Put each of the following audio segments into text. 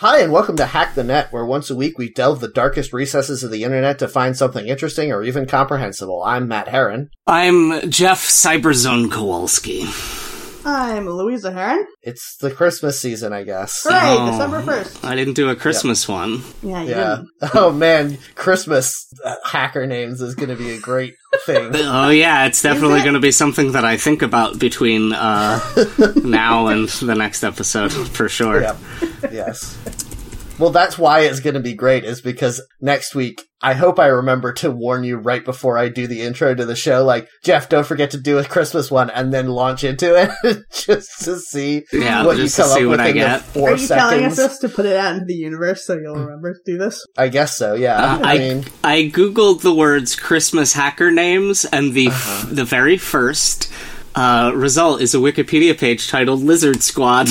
Hi, and welcome to Hack the Net, where once a week we delve the darkest recesses of the internet to find something interesting or even comprehensible. I'm Matt Herron. I'm Jeff Cyberzone Kowalski. I'm Louisa Heron. It's the Christmas season, I guess. Hooray, Oh. December 1st. I didn't do a Christmas one. Yeah, you Yeah. didn't. Oh man, Christmas uh, hacker names is going to be a great thing. Oh yeah, it's definitely it? going to be something that I think about between uh, now and the next episode for sure. Yep. Yes. Well, that's why it's going to be great, is because next week, I hope I remember to warn you right before I do the intro to the show, like, Jeff, don't forget to do a Christmas one and then launch into it just to see Yeah, what just you to come see up what with I in the get. four Are you telling seconds. us this to put it out into the universe so you'll remember to do this? I guess so, yeah. Uh, I, I mean, I googled the words Christmas hacker names, and the f- Uh-huh. the very first uh, result is a Wikipedia page titled Lizard Squad.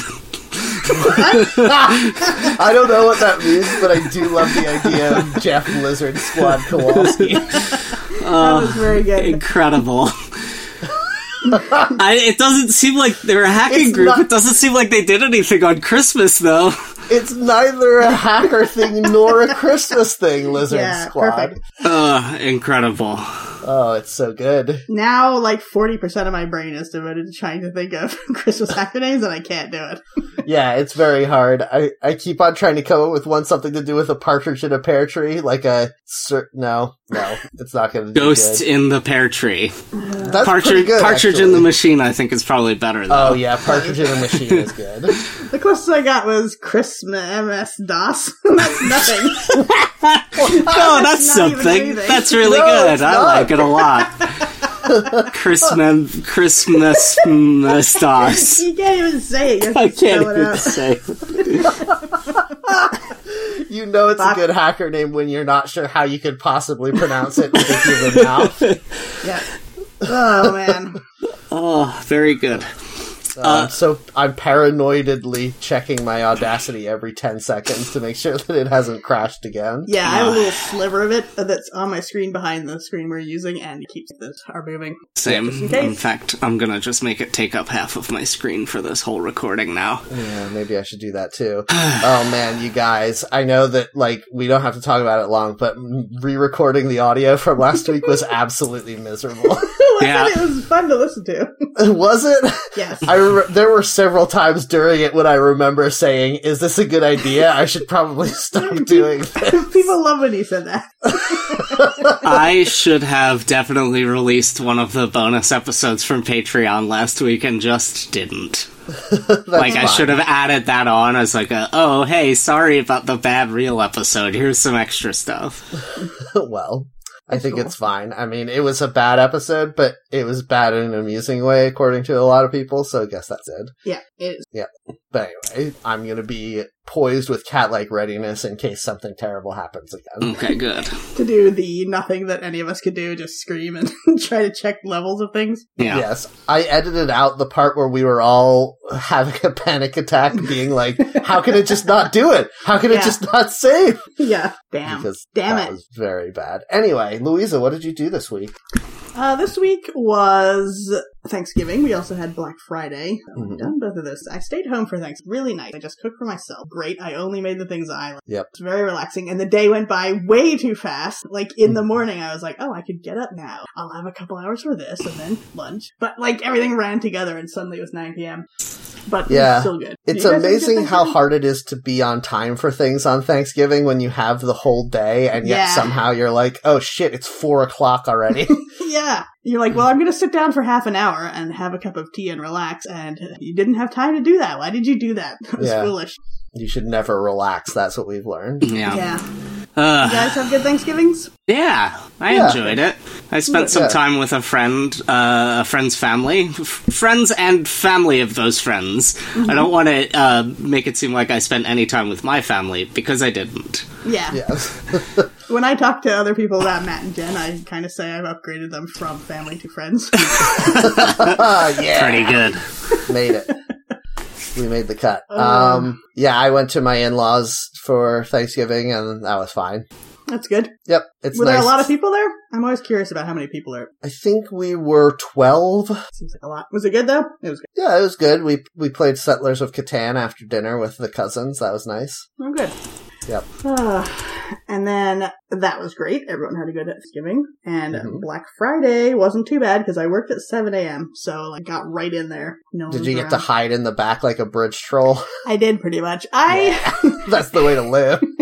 I don't know what that means, but I do love the idea of Jeff Lizard Squad Kowalski. Uh, that was very good. Incredible. I, it doesn't seem like they're a hacking It's group. not- It doesn't seem like they did anything on Christmas, though. it's neither a hacker thing nor a Christmas thing, Lizard Yeah, Squad. perfect. Uh, incredible. Oh, it's so good. Now, like 40% of my brain is devoted to trying to think of Christmas acronyms, and I can't do it. Yeah, it's very hard. I, I keep on trying to come up with one something to do with a partridge in a pear tree, like a cer- no, no, it's not going to do Ghost good. in the pear tree. That's pretty Partridge, good, partridge in actually. the machine. I think is probably better though. Oh yeah, partridge in the machine is good. The closest I got was Christmas MS DOS. That's nothing. no, that's, not even something. anything. That's really No, good. it's I not. like it a lot. Christmas, Christmas, Christmas. you can't even say it. You have to I can't spell it even out. say. You know it's a good hacker name when you're not sure how you could possibly pronounce it with a human mouth. Yeah. Oh, man. Oh, very good. Uh, Um, so I'm paranoidedly checking my Audacity every 10 seconds to make sure that it hasn't crashed again. Yeah, Ah. I have a little sliver of it that's on my screen behind the screen we're using, and it keeps this are moving. Same. in case. In fact, I'm gonna just make it take up half of my screen for this whole recording now. Yeah, maybe I should do that too. oh man, you guys, I know that like we don't have to talk about it long, but re-recording the audio from last week was absolutely miserable. yeah. Yeah. it was fun to listen to. was it? Yes. I re- there were several times during it when I remember saying, "Is this a good idea? I should probably stop doing this." People love when you said that. I should have definitely released one of the bonus episodes from Patreon last week and just didn't. like I should have added that on as like a oh hey sorry about the bad real episode here's some extra stuff. well, I think it's fine. I mean, it was a bad episode, but it was bad in an amusing way, according to a lot of people. So I guess that's it. Yeah, it is. But anyway, I'm gonna be poised with cat-like readiness in case something terrible happens again. Okay good To do the nothing that any of us could do, just scream and try to check levels of things. yeah, Yes, I edited out the part where we were all having a panic attack, being like, "How can it just not do it? How can it Yeah. just not save?" yeah, damn. Because Damn that it. was very bad. Anyway, Louisa, what did you do this week? Uh, this week was Thanksgiving. We also had Black Friday. Mhm. I've done both of those. I stayed home for Thanksgiving. Really nice. I just cooked for myself. Great. I only made the things I like. Yep. It's very relaxing. And the day went by way too fast. Like in Mm. the morning, I was like, oh, I could get up now. I'll have a couple hours for this and then lunch. But like everything ran together and suddenly it was 9 p.m. But Yeah. it's still good. Did It's you guys have a good amazing how Thanksgiving? hard it is to be on time for things on Thanksgiving when you have the whole day, and yet Yeah. somehow you're like, "Oh shit, it's four o'clock already." Yeah. You're like, well, I'm going to sit down for half an hour and have a cup of tea and relax. And you didn't have time to do that. Why did you do that? That was Yeah. foolish. you should never relax. That's what we've learned. yeah. Yeah. Ugh. You guys have good Thanksgivings? Yeah, I Yeah. enjoyed it. I spent some Yeah. time with a friend, uh, a friend's family, f- friends and family of those friends. I don't want to uh, make it seem like I spent any time with my family because I didn't. Yeah. Yes. When I talk to other people about Matt and Jen, I kind of say I've upgraded them from family to friends. Ah, yeah. Pretty good. made it. We made the Oh. cut. Um, yeah, I went to my in laws for Thanksgiving, and that was fine. That's good. Yep, it's Were nice. there a lot of people there? I'm always curious about how many people are. I think we were twelve. Seems like a lot. Was it good though? It was Yeah, it was good. We we played Settlers of Catan after dinner with the cousins. That was nice. good. I'm good. Yep. Ah, and then that was great. Everyone had a good Thanksgiving. And Mhm. Black Friday wasn't too bad because I worked at 7 a.m. So I like, got right in there. No Did one's you get to around. hide in the back like a bridge troll? I did pretty much. I That's the way to live.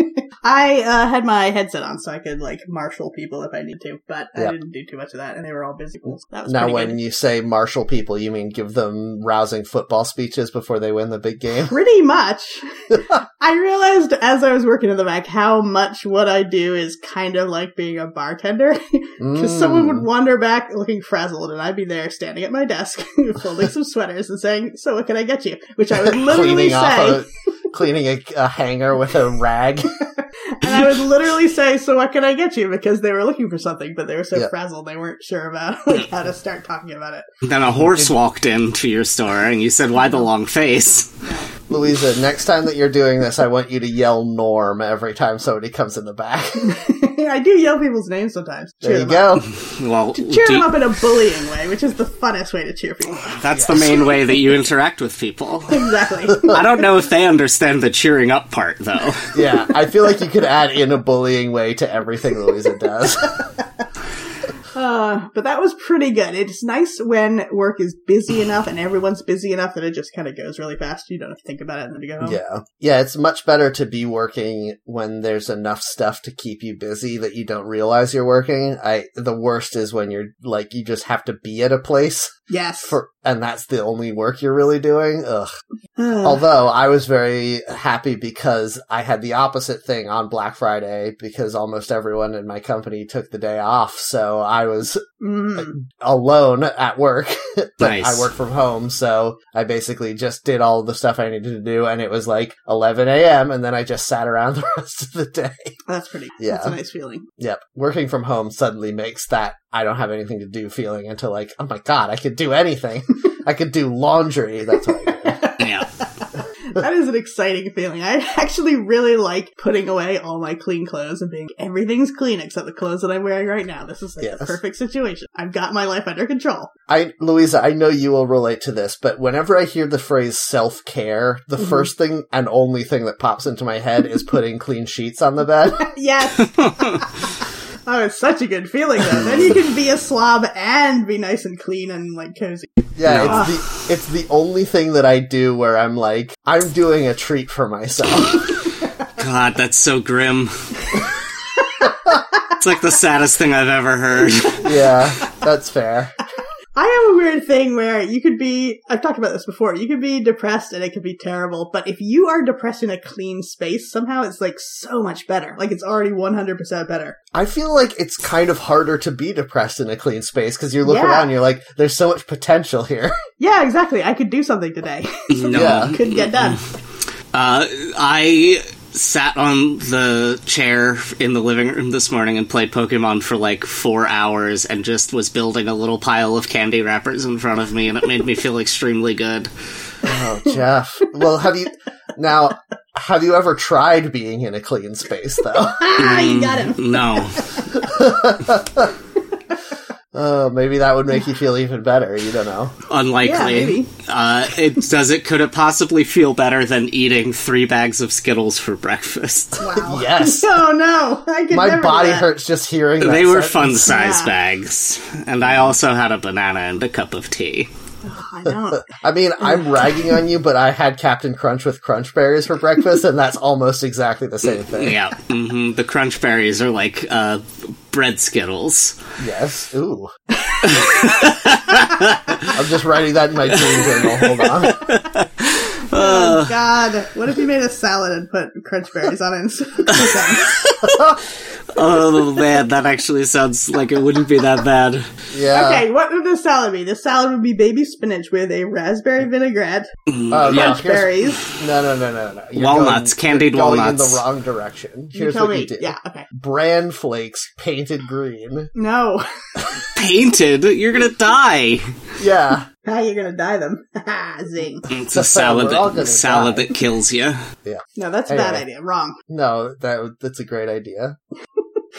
I uh, had my headset on so I could like marshal people if I need to, but I Yep. didn't do too much of that, and they were all busy. So that was Now, pretty when good. you say marshal people, you mean give them rousing football speeches before they win the big game? Pretty much. I realized as I was working in the back how much what I do is kind of like being a bartender. Because someone would Mm. wander back looking frazzled, and I'd be there standing at my desk, folding some sweaters and saying, So what can I get you? Which I would literally cleaning say, off a, cleaning a, a hanger with a rag. and I would literally say, So what can I get you? Because they were looking for something, but they were so Yeah. frazzled they weren't sure about like, how to start talking about it. Then a horse walked into your store and you said, Why the long face? Louisa, next time that you're doing this, I want you to yell "Norm" every time somebody comes in the back. I do yell people's names sometimes. There Cheer you them go. Well, Up. Cheer do- them up in a bullying way, which is the funnest way to cheer people up. that's the main way that you interact with people. Exactly. I don't know if they understand the cheering up part, though. Yeah, I feel like you could add in a bullying way to everything Louisa does. Uh, but that was pretty good. It's nice when work is busy enough and everyone's busy enough that it just kind of goes really fast. You don't have to think about it and then you go home. Yeah. Yeah, it's much better to be working when there's enough stuff to keep you busy that you don't realize you're working. I the worst is when you're like you just have to be at a place Yes. for and that's the only work you're really doing. Ugh. Uh, Although I was very happy because I had the opposite thing on Black Friday because almost everyone in my company took the day off, so I was mm. alone at work, but Nice. I work from home, so I basically just did all the stuff I needed to do, and it was like 11 a.m., and then I just sat around the rest of the day. That's pretty. Yeah. That's a nice feeling. Yep, working from home suddenly makes that I don't have anything to do feeling until like, oh my god, I could do anything. I could do laundry. That's what I did. Yeah. That is an exciting feeling. I actually really like putting away all my clean clothes and being everything's clean except the clothes that I'm wearing right now. This is like the Yes. perfect situation. I've got my life under control. I, Louisa, I know you will relate to this, but whenever I hear the phrase self care, the Mhm. first thing and only thing that pops into my head is putting clean sheets on the bed. yes. Oh, it's such a good feeling though. Then you can be a slob and be nice and clean and like cozy. Yeah, No. it's the it's the only thing that I do where I'm like, I'm doing a treat for myself. God, that's so grim. It's like the saddest thing I've ever heard. yeah, that's fair. I have a weird thing where you could be, I've talked about this before, you could be depressed and it could be terrible, but if you are depressed in a clean space, somehow it's like so much better. Like it's already 100% better. I feel like it's kind of harder to be depressed in a clean space because you look Yeah. around, and you're like, there's so much potential here. Yeah, exactly. I could do something today. No. Yeah. could get done. Uh, I sat on the chair in the living room this morning and played Pokemon for like four hours and just was building a little pile of candy wrappers in front of me, and it made me feel extremely good. Oh, Jeff. Well, have you now? Have you ever tried being in a clean space though? Ah, Mm. you got him. No. Oh, maybe that would make you feel even better. You don't know. Yeah, Unlikely. maybe. uh, it does it. Could it possibly feel better than eating three bags of Skittles for breakfast? Wow. Yes. No, no. I could My never do body that. hurts just hearing. That they were sentence. fun size Yeah. bags, and I also had a banana and a cup of tea. I don't. I mean, I'm ragging on you, but I had Captain Crunch with Crunch Berries for breakfast, and that's almost exactly the same thing. Yeah, hmm the crunch berries are like uh, bread Skittles. Yes. Ooh. I'm just writing that in my dream journal. Hold on. Oh, God. What if you made a salad and put crunch berries on it? Uh. instead? Oh man, that actually sounds like it wouldn't be that bad. Yeah. okay, what would this salad be? This salad would be baby spinach with a raspberry vinaigrette, Oh, no, Yeah. here's- berries. No, no, no, no, no. You're Walnuts, candied you're going in walnuts. the wrong direction. You Here's tell what me. you do. Yeah, okay. Bran flakes painted green. No. Painted, you're gonna die. Yeah. Now you're gonna dye them. Zing. It's a salad We're all gonna that salad die. that kills you. No, that's a bad Anyway. idea. Wrong. No, that that's a great idea.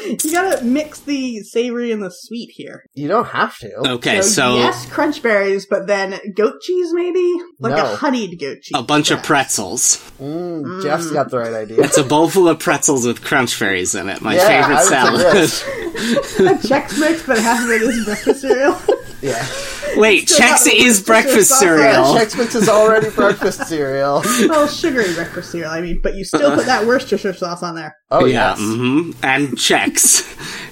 You gotta mix the savory and the sweet here. You don't have to. Okay, so, yes, crunch berries, but then goat cheese maybe, like No. a honeyed goat cheese. a bunch of perhaps. pretzels. Mm, Mm. Jeff's got the right idea. It's a bowl full of pretzels with crunch berries in it. My Yeah, I favorite would salad. suggest. a Chex mix, but half of it is breakfast cereal. yeah. Wait, Still Chex not- is breakfast not cereal. Chex Mix is already breakfast cereal. well, sugary breakfast cereal, I mean, but you Uh-huh. still put that Worcestershire sauce on there. Oh, yeah, yes. hmm and Chex.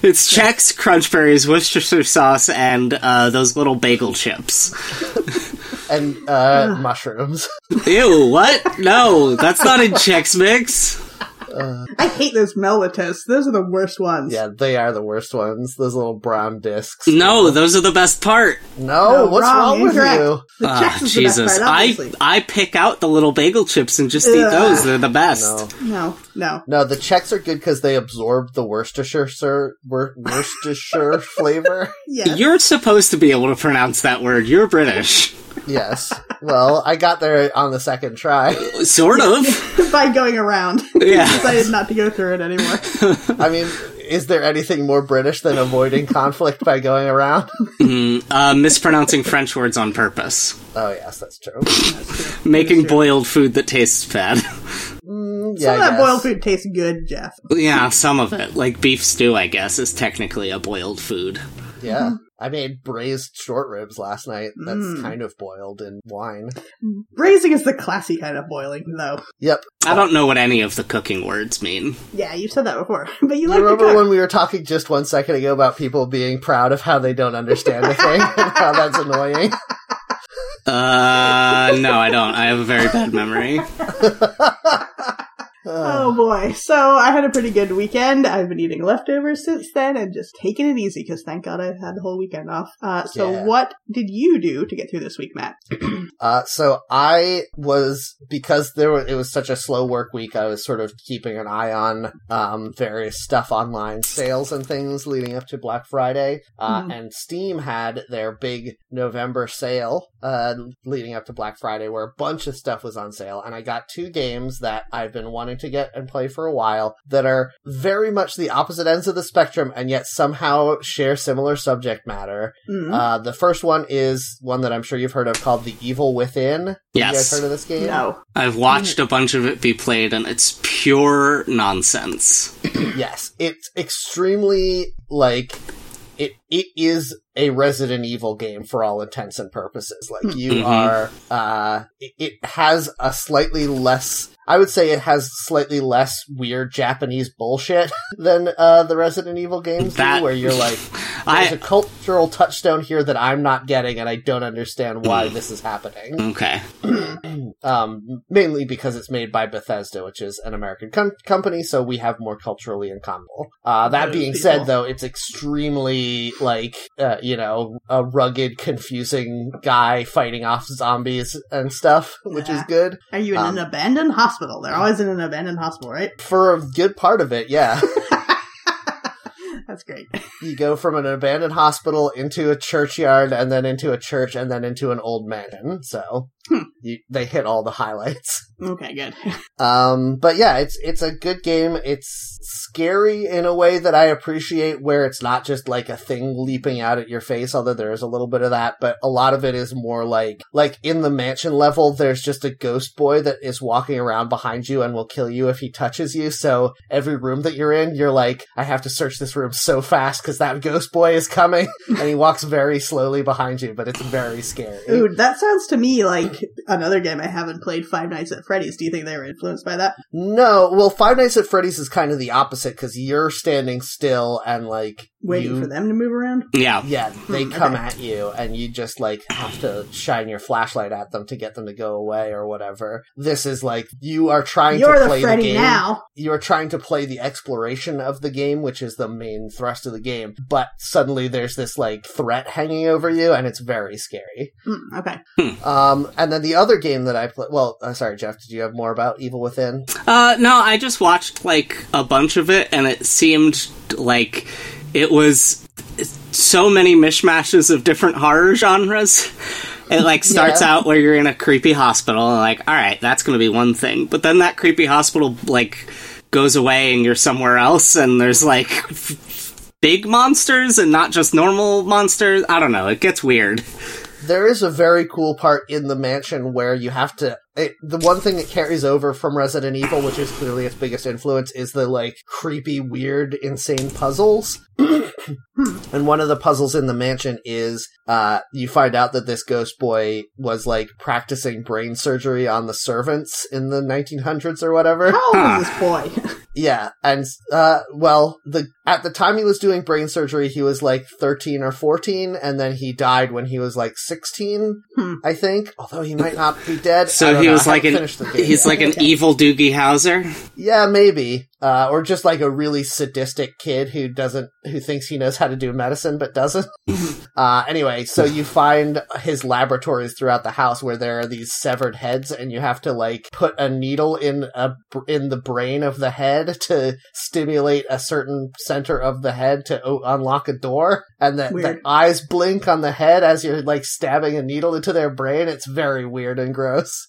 it's Chex, crunch berries, Worcestershire sauce, and uh, those little bagel chips. And uh, mushrooms. Ew, what? No, that's not in Chex Mix. I hate those Melwitas. Those are the worst ones. Yeah, they are the worst ones. Those little brown discs. No, those are the best part. No, No, what's Oh, wrong, wrong with incorrect. you? The Ah, Chex is the Jesus. best part, I obviously. I pick out the little bagel chips and just eat Ugh. those. They're the best. No. No, no. No, the Czechs are good because they absorb the Worcestershire sir, Wor- Worcestershire flavor. Yeah. You're supposed to be able to pronounce that word. You're British. Yes. Well, I got there on the second try. Sort of. By going around. Yeah. decided not to go through it anymore. I mean, is there anything more British than avoiding conflict by going around? Uh, mispronouncing French words on purpose. Oh, yes, that's true. Making boiled food that tastes bad. Mm, yeah, Some of I that guess. boiled food tastes good, Jeff. yeah, some of it. Like beef stew, I guess, is technically a boiled food. Yeah. Mm-hmm. I made braised short ribs last night. That's Mm. kind of boiled in wine. Braising is the classy kind of boiling, though. Yep. I don't know what any of the cooking words mean. Yeah, you said that before, but you You like to remember cook. when we were talking just one second ago about people being proud of how they don't understand a thing and how that's annoying? Uh, no, I don't. I have a very bad memory. Uh, Oh boy! So I had a pretty good weekend. I've been eating leftovers since then and just taking it easy because thank God I've had the whole weekend off. Uh, so Yeah. what did you do to get through this week, Matt? Uh, so I was because there were, it was such a slow work week. I was sort of keeping an eye on um, various stuff online, sales and things leading up to Black Friday. Uh, Mhm. And Steam had their big November sale uh, leading up to Black Friday, where a bunch of stuff was on sale. And I got two games that I've been wanting to get and play for a while that are very much the opposite ends of the spectrum, and yet somehow share similar subject matter. Mm. Uh, the first one is one that I'm sure you've heard of called The Evil Within. Have You guys Yes. heard of this game? no, I've watched a bunch of it be played, and it's pure nonsense. Yes. It's extremely, like, it, it is a Resident Evil game for all intents and purposes. Like, you Mhm. are, uh, it, it has a slightly less, I would say it has slightly less weird Japanese bullshit than, uh, the Resident Evil games That- do, where you're like, there's a I cultural touchstone here that I'm not getting and I don't understand why Hmm. this is happening. okay. um, mainly because it's made by Bethesda, which is an American com- company, so we have more culturally in common. Uh, that Those being people. said, though, it's extremely like uh, you know a rugged, confusing guy fighting off zombies and stuff, which is Yeah. good are you in Um, an abandoned hospital? They're always in an abandoned hospital, right? for a good part of it. Yeah, That's great. you go from an abandoned hospital into a churchyard, and then into a church, and then into an old mansion. So Hmm. you, they hit all the highlights. Okay, good. Um, but yeah, it's it's a good game. It's scary in a way that I appreciate, where it's not just like a thing leaping out at your face, although there is a little bit of that. But a lot of it is more like like in the mansion level, there's just a ghost boy that is walking around behind you and will kill you if he touches you. So every room that you're in, you're like, I have to search this room so fast because that ghost boy is coming, and he walks very slowly behind you. But it's very scary. Ooh, that sounds to me like another game I haven't played, Five Nights at Freddy's. Do you think they were influenced by that? No, well, Five Nights at Freddy's is kind of the opposite because you're standing still and like Waiting you- for them to move around? Yeah. Yeah, they Hmm, come okay. at you, and you just like have to shine your flashlight at them to get them to go away or whatever. This is like you are trying You're to the play Freddy game. now. You are trying to play the exploration of the game, which is the main thrust of the game. But suddenly, there's this like threat hanging over you, and it's very scary. Mm, okay. Um, and then the other game that I play. Well, uh, sorry, Jeff. Did you have more about Evil Within? Uh, no, I just watched like a bunch of it, and it seemed like it was so many mishmashes of different horror genres. It like starts Yeah. out where you're in a creepy hospital, and like, all right, that's going to be one thing, but then that creepy hospital like goes away and you're somewhere else and there's like big monsters and not just normal monsters. I don't know. It gets weird. There is a very cool part in the mansion where you have to. It, the one thing that carries over from Resident Evil, which is clearly its biggest influence, is the like creepy, weird, insane puzzles. and one of the puzzles in the mansion is uh, you find out that this ghost boy was like practicing brain surgery on the servants in the 1900s or whatever. How old is this boy? Yeah, and uh, well, the at the time he was doing brain surgery, he was like thirteen or fourteen, and then he died when he was like sixteen, Hmm. I think. Although he might not be dead. I So don't he know. I was like haven't an finished the game he's yet. like an evil Doogie Howser. yeah, maybe, uh, or just like a really sadistic kid who doesn't who thinks he knows how to do medicine but doesn't. uh, anyway, so you find his laboratories throughout the house where there are these severed heads, and you have to like put a needle in a in the brain of the head to stimulate a certain center of the head to o- unlock a door, and the, the Weird. eyes blink on the head as you're like stabbing a needle into their brain. It's very weird and gross.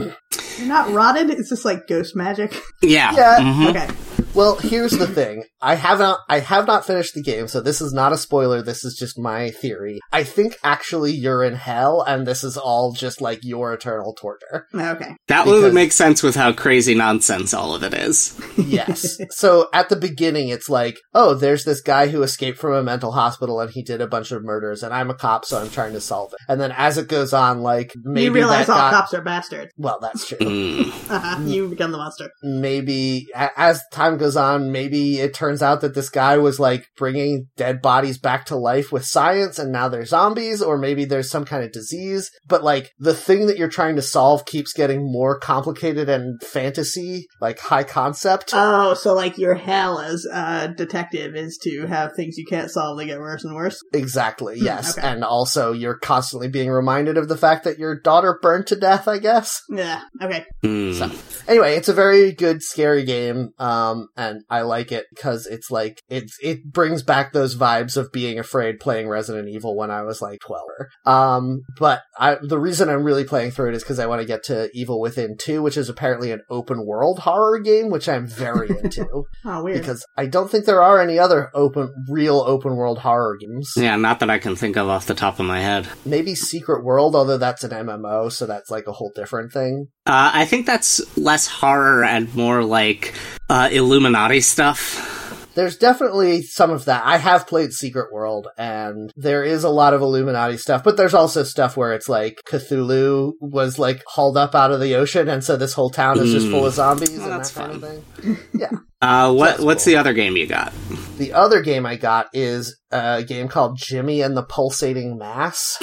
Ugh. You're not rotted. It's just like ghost magic. Yeah. Yeah. mhm. Okay. Well, here's the thing. I have not I have not finished the game, so this is not a spoiler, this is just my theory. I think actually you're in hell and this is all just like your eternal torture. Okay. That would Because- make sense with how crazy nonsense all of it is. Yes. so at the beginning it's like, oh, there's this guy who escaped from a mental hospital and he did a bunch of murders and I'm a cop so I'm trying to solve it. And then as it goes on like maybe you realize that Hmm. all guy- cops are bastards. well, that's true. Mm. Uh-huh. You become the monster. maybe a- as time goes on, maybe it turns out that this guy was like bringing dead bodies back to life with science and now they're zombies, or maybe there's some kind of disease. But like the thing that you're trying to solve keeps getting more complicated and fantasy, like high concept. Oh, so like your hell as a detective is to have things you can't solve that get worse and worse. exactly, Hmm, yes. okay. And also you're constantly being reminded of the fact that your daughter burned to death, I guess. Yeah. Okay. Mm. So- anyway, it's a very good scary game, um, and I like it because it's like it's it brings back those vibes of being afraid playing Resident Evil when I was like twelve. Um, but I, the reason I'm really playing through it is because I want to get to Evil Within Two, which is apparently an open world horror game, which I'm very into Oh, weird. because I don't think there are any other open real open world horror games. Yeah, not that I can think of off the top of my head. Maybe Secret World, although that's an MMO, so that's like a whole different thing. Uh, I think that's less horror and more like uh, Illuminati stuff. There's definitely some of that. I have played Secret World and there is a lot of Illuminati stuff, but there's also stuff where it's like Cthulhu was like hauled up out of the ocean and so this whole town is just Mm. full of zombies Well, and that that's kind fun. of thing. Uh, what Sounds what's cool. the other game you got? The other game I got is a game called Jimmy and the Pulsating Mass.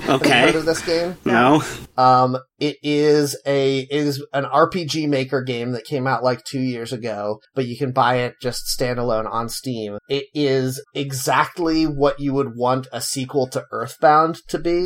Have you Okay, heard of this game? no, Um, it is a it is an RPG Maker game that came out like two years ago, but you can buy it just standalone on Steam. It is exactly what you would want a sequel to Earthbound to be.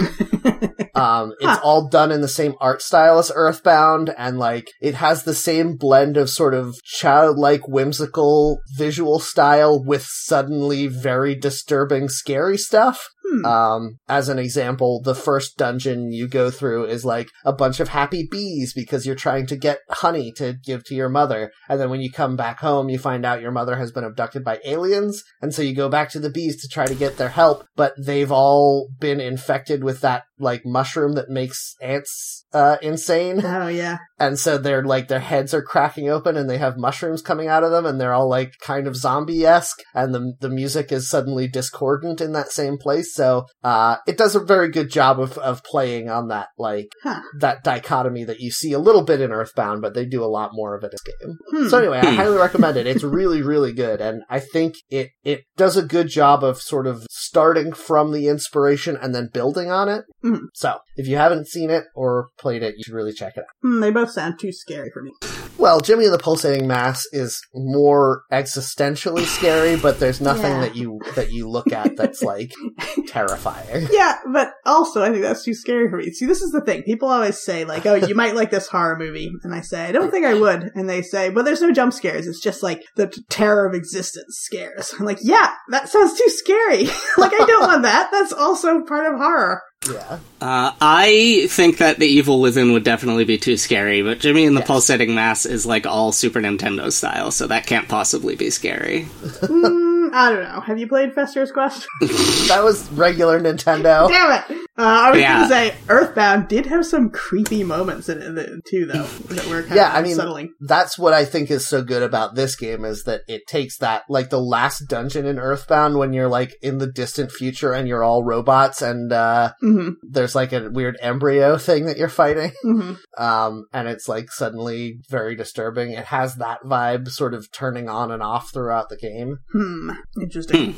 um, it's Huh. all done in the same art style as Earthbound, and like it has the same blend of sort of childlike, whimsical visual style with suddenly very disturbing, scary stuff. Hmm. Um, as an example, the first dungeon you go through is like a bunch of happy bees because you're trying to get honey to give to your mother. And then when you come back home, you find out your mother has been abducted by aliens. And so you go back to the bees to try to get their help, but they've all been infected with that like mushroom that makes ants, uh, insane. oh yeah. And so they're like, their heads are cracking open and they have mushrooms coming out of them and they're all like kind of zombie esque. And the, the music is suddenly discordant in that same place. So, uh, it does a very good job of, of playing on that, like, Huh. that dichotomy that you see a little bit in Earthbound, but they do a lot more of it in this game. Hmm. So anyway, I Hmm. highly recommend it. It's really, really good, and I think it it does a good job of sort of starting from the inspiration and then building on it. Mhm. So if you haven't seen it or played it, you should really check it out. Hmm, they both sound too scary for me. Well, Jimmy and the Pulsating Mass is more existentially scary, but there's nothing Yeah. that you that you look at that's like terrifying. Yeah, but also I think that's too scary for me. See, this is the thing. People always say like, "Oh, you might like this horror movie," and I say, "I don't think I would." And they say, "Well, there's no jump scares. It's just like the t- terror of existence scares." I'm like, "Yeah, that sounds too scary. like I don't want that. That's also part of horror." Yeah. Uh, I think that the evil within would definitely be too scary, but Jimmy and the pulsating mass is like all Super Nintendo style, so that can't possibly be scary. Mm, I don't know. Have you played Fester's Quest? That was regular Nintendo. Damn it! Uh, I was Yeah. going to say Earthbound did have some creepy moments in it uh, too, though that were kind Yeah, of I mean, unsettling. that's what I think is so good about this game is that it takes that, like the last dungeon in Earthbound when you're like in the distant future and you're all robots and, uh, hmm there's like a weird embryo thing that you're fighting. hmm Um, and it's like suddenly very disturbing. It has that vibe sort of turning on and off throughout the game. Hmm. Interesting.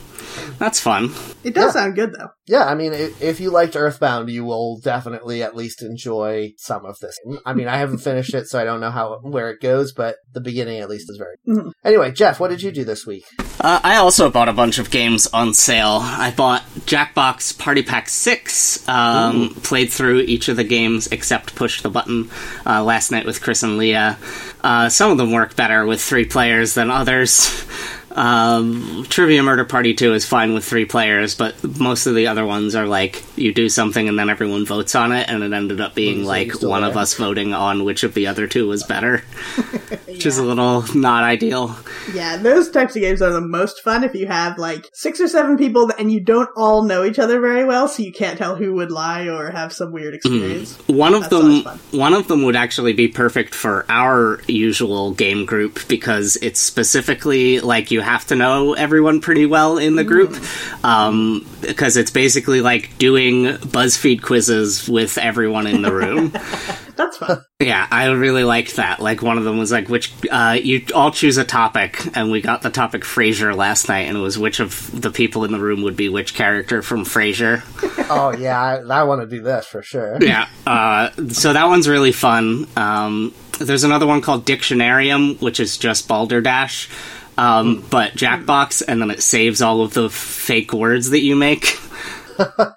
That's fun. It does Yeah. sound good though. Yeah, I mean, i- if you liked Earthbound, you will definitely at least enjoy some of this. I mean, I haven't finished it, so I don't know how where it goes, but the beginning at least is very. Mhm. Anyway, Jeff, what did you do this week? Uh, I also bought a bunch of games on sale. I bought Jackbox Party Pack 6, um, played through each of the games except Push the Button uh, last night with Chris and Leah. Uh, some of them work better with three players than others. Um, Trivia Murder Party 2 is fine with three players, but most of the other ones are like you do something and then everyone votes on it, and it ended up being so you're like still one of there. us voting on which of the other two was better, which is a little not ideal. Yeah, those types of games are the most fun if you have like six or seven people and you don't all know each other very well, so you can't tell who would lie or have some weird Mm-hmm. experience. One of That's always them, fun. one of them would actually be perfect for our usual game group because it's specifically like you have to know everyone pretty well in the group, Mm. um, because it's basically like doing BuzzFeed quizzes with everyone in the room. That's fun. Yeah, I really liked that. Like one of them was like, which uh, you all choose a topic, and we got the topic Frasier last night, and it was which of the people in the room would be which character from Frasier. Oh yeah, I, I want to do this for sure. yeah. Uh, so that one's really fun. Um, there's another one called Dictionarium, which is just Balderdash, um, but Jackbox, and then it saves all of the fake words that you make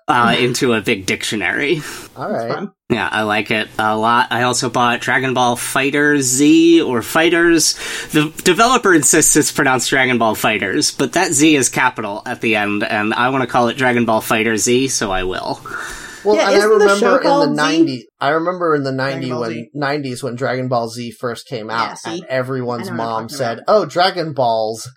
uh, into a big dictionary. All right, fun. Yeah, I like it a lot. I also bought Dragon Ball Fighter Z or Fighters. The developer insists it's pronounced Dragon Ball Fighters, but that Z is capital at the end, and I want to call it Dragon Ball Fighter Z, so I will. well, and Yeah, I isn't the show remember in called Z? the '90s. I remember in the '90s Ball when Z. '90s when Dragon Ball Z first came out, Yeah, see? and everyone's I know what you're mom talking said, "Oh, Dragon Balls."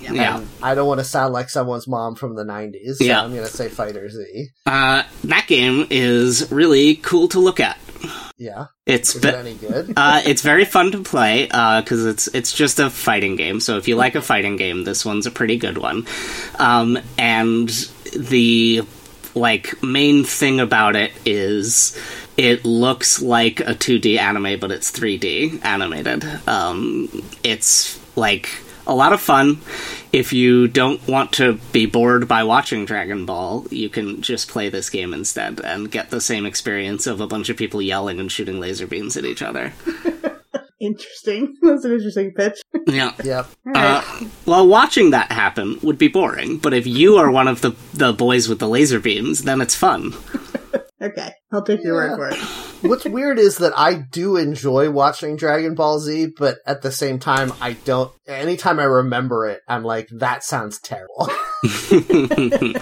yeah. And I don't want to sound like someone's mom from the '90s, so Yeah. I'm going to say Fighter Z. Uh, that game is really cool to look at. Yeah, It's is it ve- any good? uh, it's very fun to play because it's it's just a fighting game. So if you like a fighting game, this one's a pretty good one. Um, and the like main thing about it is it looks like a 2D anime, but it's 3D animated. Um, it's like a lot of fun. If you don't want to be bored by watching Dragon Ball, you can just play this game instead and get the same experience of a bunch of people yelling and shooting laser beams at each other. Interesting. That's an interesting pitch. Yeah. Yep. All Uh, right. well, watching that happen would be boring, but if you are one of the, the boys with the laser beams, then it's fun. okay. I'll take your yeah. word for it. What's weird is that I do enjoy watching Dragon Ball Z, but at the same time, I don't. Anytime I remember it, I'm like, that sounds terrible.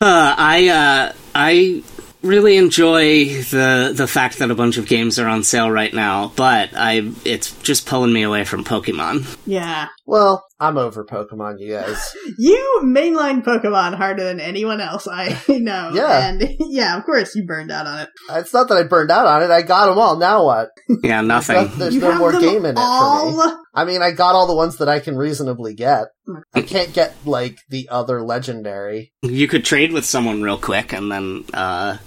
Uh, I uh, I really enjoy the the fact that a bunch of games are on sale right now, but I it's just pulling me away from Pokemon. Yeah. well, I'm over Pokemon, you guys. You mainline Pokemon harder than anyone else I know. Yeah. And yeah, of course you burned out on it. It's not that I burned out on it. I got them all. Now what? Yeah, nothing. There's you no have more them game in it for all I mean, I got all the ones that I can reasonably get. I can't get like the other legendary. You could trade with someone real quick and then uh,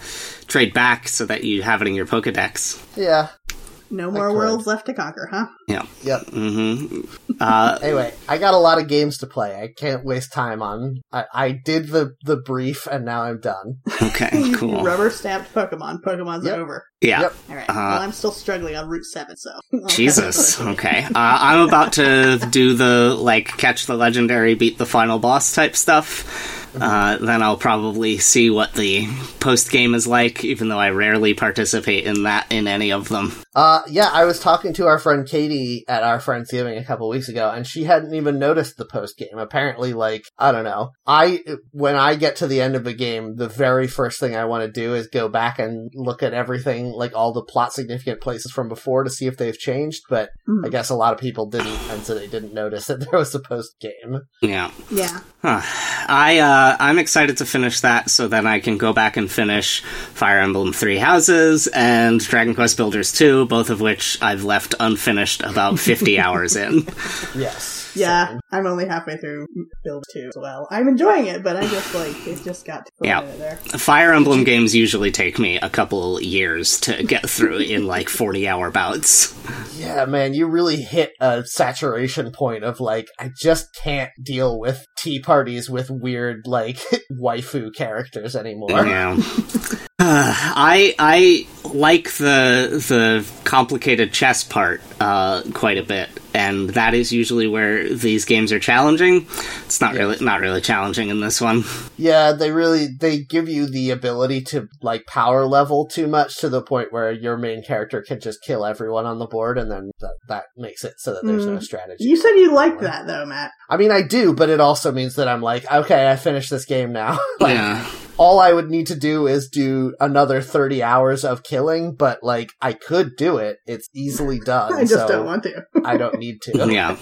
trade back so that you have it in your Pokedex. Yeah. No I more could. worlds left to conquer, huh? Yeah. Yep. hmm Uh, Anyway, I got a lot of games to play. I can't waste time on. I, I did the the brief, and now I'm done. okay. You Cool. rubber stamped Pokemon. Pokemon's Yep. over. Yeah. Yep. All right. Uh, well, I'm still struggling on Route 7, so. I'll- Jesus. Okay. Uh, I'm about to do the like catch the legendary, beat the final boss type stuff. Uh, then I'll probably see what the post game is like, even though I rarely participate in that in any of them. Uh, yeah, I was talking to our friend Katie at our Friendsgiving a couple weeks ago, and she hadn't even noticed the post game. Apparently, like, I don't know. I, when I get to the end of a game, the very first thing I want to do is go back and look at everything, like all the plot significant places from before to see if they've changed, but Mm. I guess a lot of people didn't, and so they didn't notice that there was a post game. Yeah. Yeah. Huh. I uh, I'm excited to finish that, so then I can go back and finish Fire Emblem Three Houses and Dragon Quest Builders Two, both of which I've left unfinished about fifty hours in. Yes. Yeah. Same. I'm only halfway through Build 2 as well. I'm enjoying it, but I just like, it just got to the Yeah. minute there. Fire Emblem games usually take me a couple years to get through in like forty hour bouts. Yeah, man, you really hit a saturation point of like, I just can't deal with tea parties with weird, like, waifu characters anymore. Yeah. Uh, I I like the the complicated chess part uh, quite a bit, and that is usually where these games are challenging. It's not really not really challenging in this one. Yeah, they really they give you the ability to like power level too much to the point where your main character can just kill everyone on the board, and then that that makes it so that there's no Mm. strategy. You said you liked that though, Matt. I mean, I do, but it also means that I'm like, okay, I finished this game now. like, yeah, all I would need to do is do another thirty hours of killing, but like I could do it. It's easily done. I just so don't want to. I don't need to. yeah.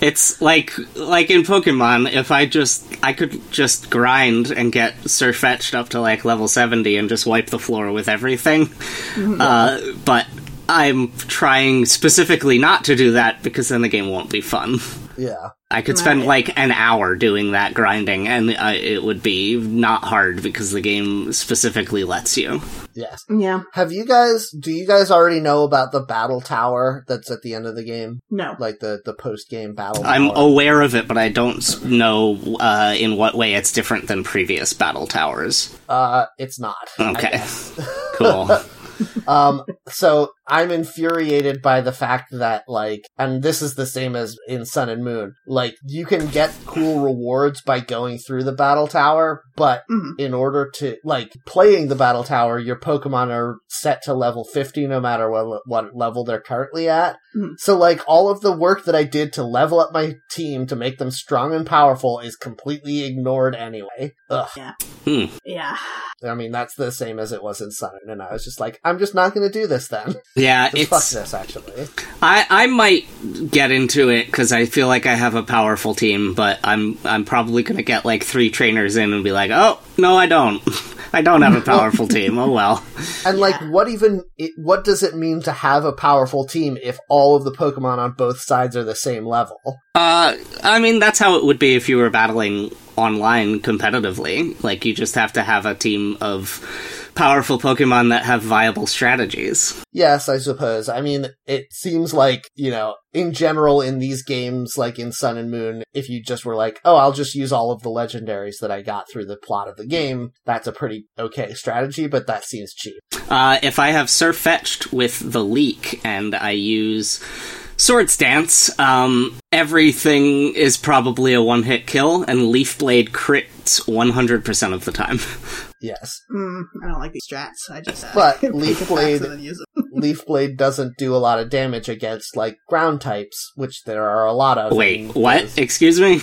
It's like like in Pokemon. If I just I could just grind and get Sirfetch'd up to like level seventy and just wipe the floor with everything. Uh, but I'm trying specifically not to do that because then the game won't be fun. Yeah. I could spend Right. like an hour doing that grinding, and uh, it would be not hard because the game specifically lets you. Yes. Yeah. Have you guys? Do you guys already know about the battle tower that's at the end of the game? No. Like the the post game battle. I'm tower? aware of it, but I don't s- know uh, in what way it's different than previous battle towers. Uh, it's not. I Okay. guess. Cool. um, so I'm infuriated by the fact that like, and this is the same as in Sun and Moon. Like, you can get cool rewards by going through the battle tower, but Mhm. in order to like playing the battle tower, your Pokemon are set to level 50 no matter what, what level they're currently at. Mhm. So like all of the work that I did to level up my team to make them strong and powerful is completely ignored anyway. Ugh. Yeah. I mean, that's the same as it was in Sun, and I was just like, I'm just not going to do this then. yeah, Just fuck it's. this, actually. I, I might get into it because I feel like I have a powerful team, but I'm I'm probably gonna get like three trainers in and be like, oh no, I don't. I don't have a powerful team. Oh well. And like, what even? It, what does it mean to have a powerful team if all of the Pokemon on both sides are the same level? Uh, I mean, that's how it would be if you were battling online competitively. Like, you just have to have a team of powerful Pokemon that have viable strategies. Yes, I suppose. I mean, it seems like you know, in general, in these games, like in Sun and Moon, if you just were like, oh, I'll just use all of the legendaries that I got through the plot of the game, that's a pretty okay strategy, but that seems cheap. Uh, if I have Surfetched with the Leak and I use Swords Dance, um, everything is probably a one hit kill, and Leaf Blade crits 100% of the time. Yes, Mm, I don't like these strats. I just uh, But pick Leaf the facts Blade- and then use them. Leaf Blade doesn't do a lot of damage against like ground types, which there are a lot of. in Wait, what? those- Excuse me?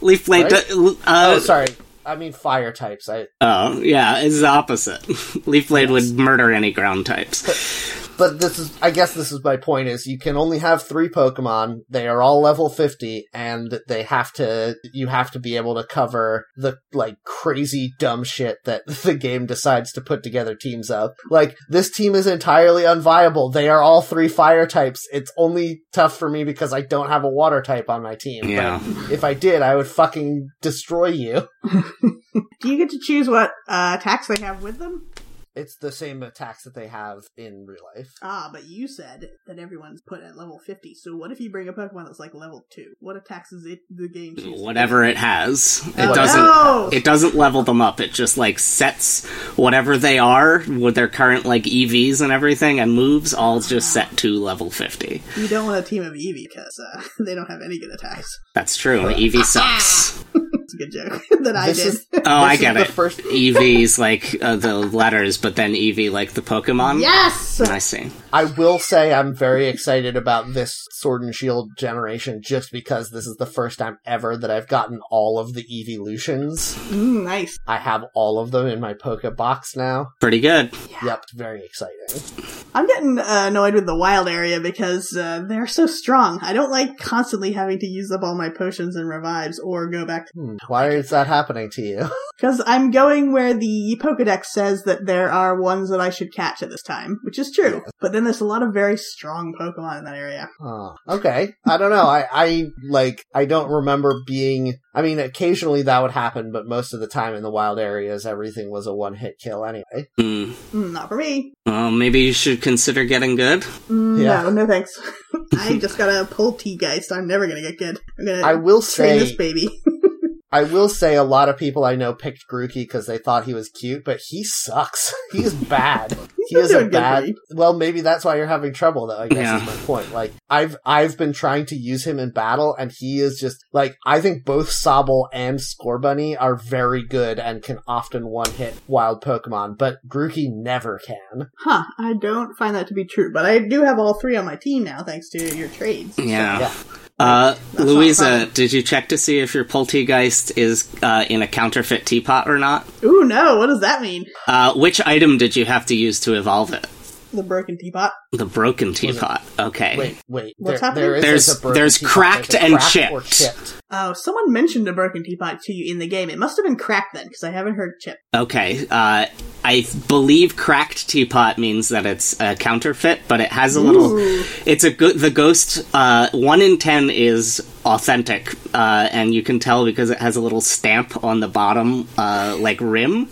Leaf Blade. Right? do- Oh, uh, sorry. I mean fire types. I oh, yeah, it's the opposite. Leaf Blade would murder any ground types. but this is I guess this is my point is you can only have 3 Pokemon. They are all level 50 and they have to you have to be able to cover the like crazy dumb shit that the game decides to put together teams of. Like this team is entirely unviable. They are all 3 fire types. It's only tough for me because I don't have a water type on my team. Yeah. But if I did, I would fucking destroy you. Do you get to choose what uh, attacks they have with them? It's the same attacks that they have in real life. Ah, but you said that everyone's put at level 50. So what if you bring a Pokemon that's like level 2? What attacks is it the game choosing? whatever it has. It Oh, doesn't no! it doesn't level them up. It just like sets whatever they are with their current like EVs and everything and moves all just set to level 50. You don't want a team of Eevee because uh, they don't have any good attacks. That's true. EV E sucks. that's a good joke that I This did. is- Oh, This I is get the it. first- Eevee's like uh, the letters, but then Eevee like the Pokemon. yes, I see. I will say I'm very excited about this Sword and Shield generation just because this is the first time ever that I've gotten all of the evolutions. mm, nice. I have all of them in my Pokebox now. Pretty good. Yep, it's very exciting. I'm getting uh, annoyed with the wild area because uh, they're so strong. I don't like constantly having to use up all my potions and revives or go back Hmm, why is that happening to you? because I'm going where the Pokedex says that there are ones that I should catch at this time, which is true. But then there's a lot of very strong Pokemon in that area. Oh, okay. I don't know. I, I, like, I don't remember being, I mean, occasionally that would happen, but most of the time in the wild areas, everything was a one hit kill anyway. Hmm. Mm, not for me. Well, maybe you should consider getting good. Mm, Yeah. No, no thanks. I just gotta pull T-Geist. I'm never gonna get good. I'm gonna I will say, train this baby. I will say a lot of people I know picked Grookey because they thought he was cute, but he sucks. He's bad. He's he not is a doing good for bad. me. Well, maybe that's why you're having trouble. Though I guess Yeah. is my point. Like I've I've been trying to use him in battle, and he is just like I think both Sobble and Scorbunny are very good and can often one hit wild Pokemon, but Grookey never can. Huh, I don't find that to be true, but I do have all three on my team now thanks to your trades. Yeah. yeah. Uh, not Louisa, fun. did you check to see if your poltergeist is uh, in a counterfeit teapot or not? Ooh, no, what does that mean? Uh, which item did you have to use to evolve it? The broken teapot. The broken teapot. Okay. Wait, wait. What's there, there happening? is There's- a broken there's teapot. cracked There's a and cracked or chipped. chipped. Oh, someone mentioned a broken teapot to you in the game. It must have been cracked then, because I haven't heard Chip. Okay. Uh, I believe cracked teapot means that it's a counterfeit, but it has a little. Ooh. It's a good. The ghost. Uh, one in ten is authentic, uh, and you can tell because it has a little stamp on the bottom, uh, like rim.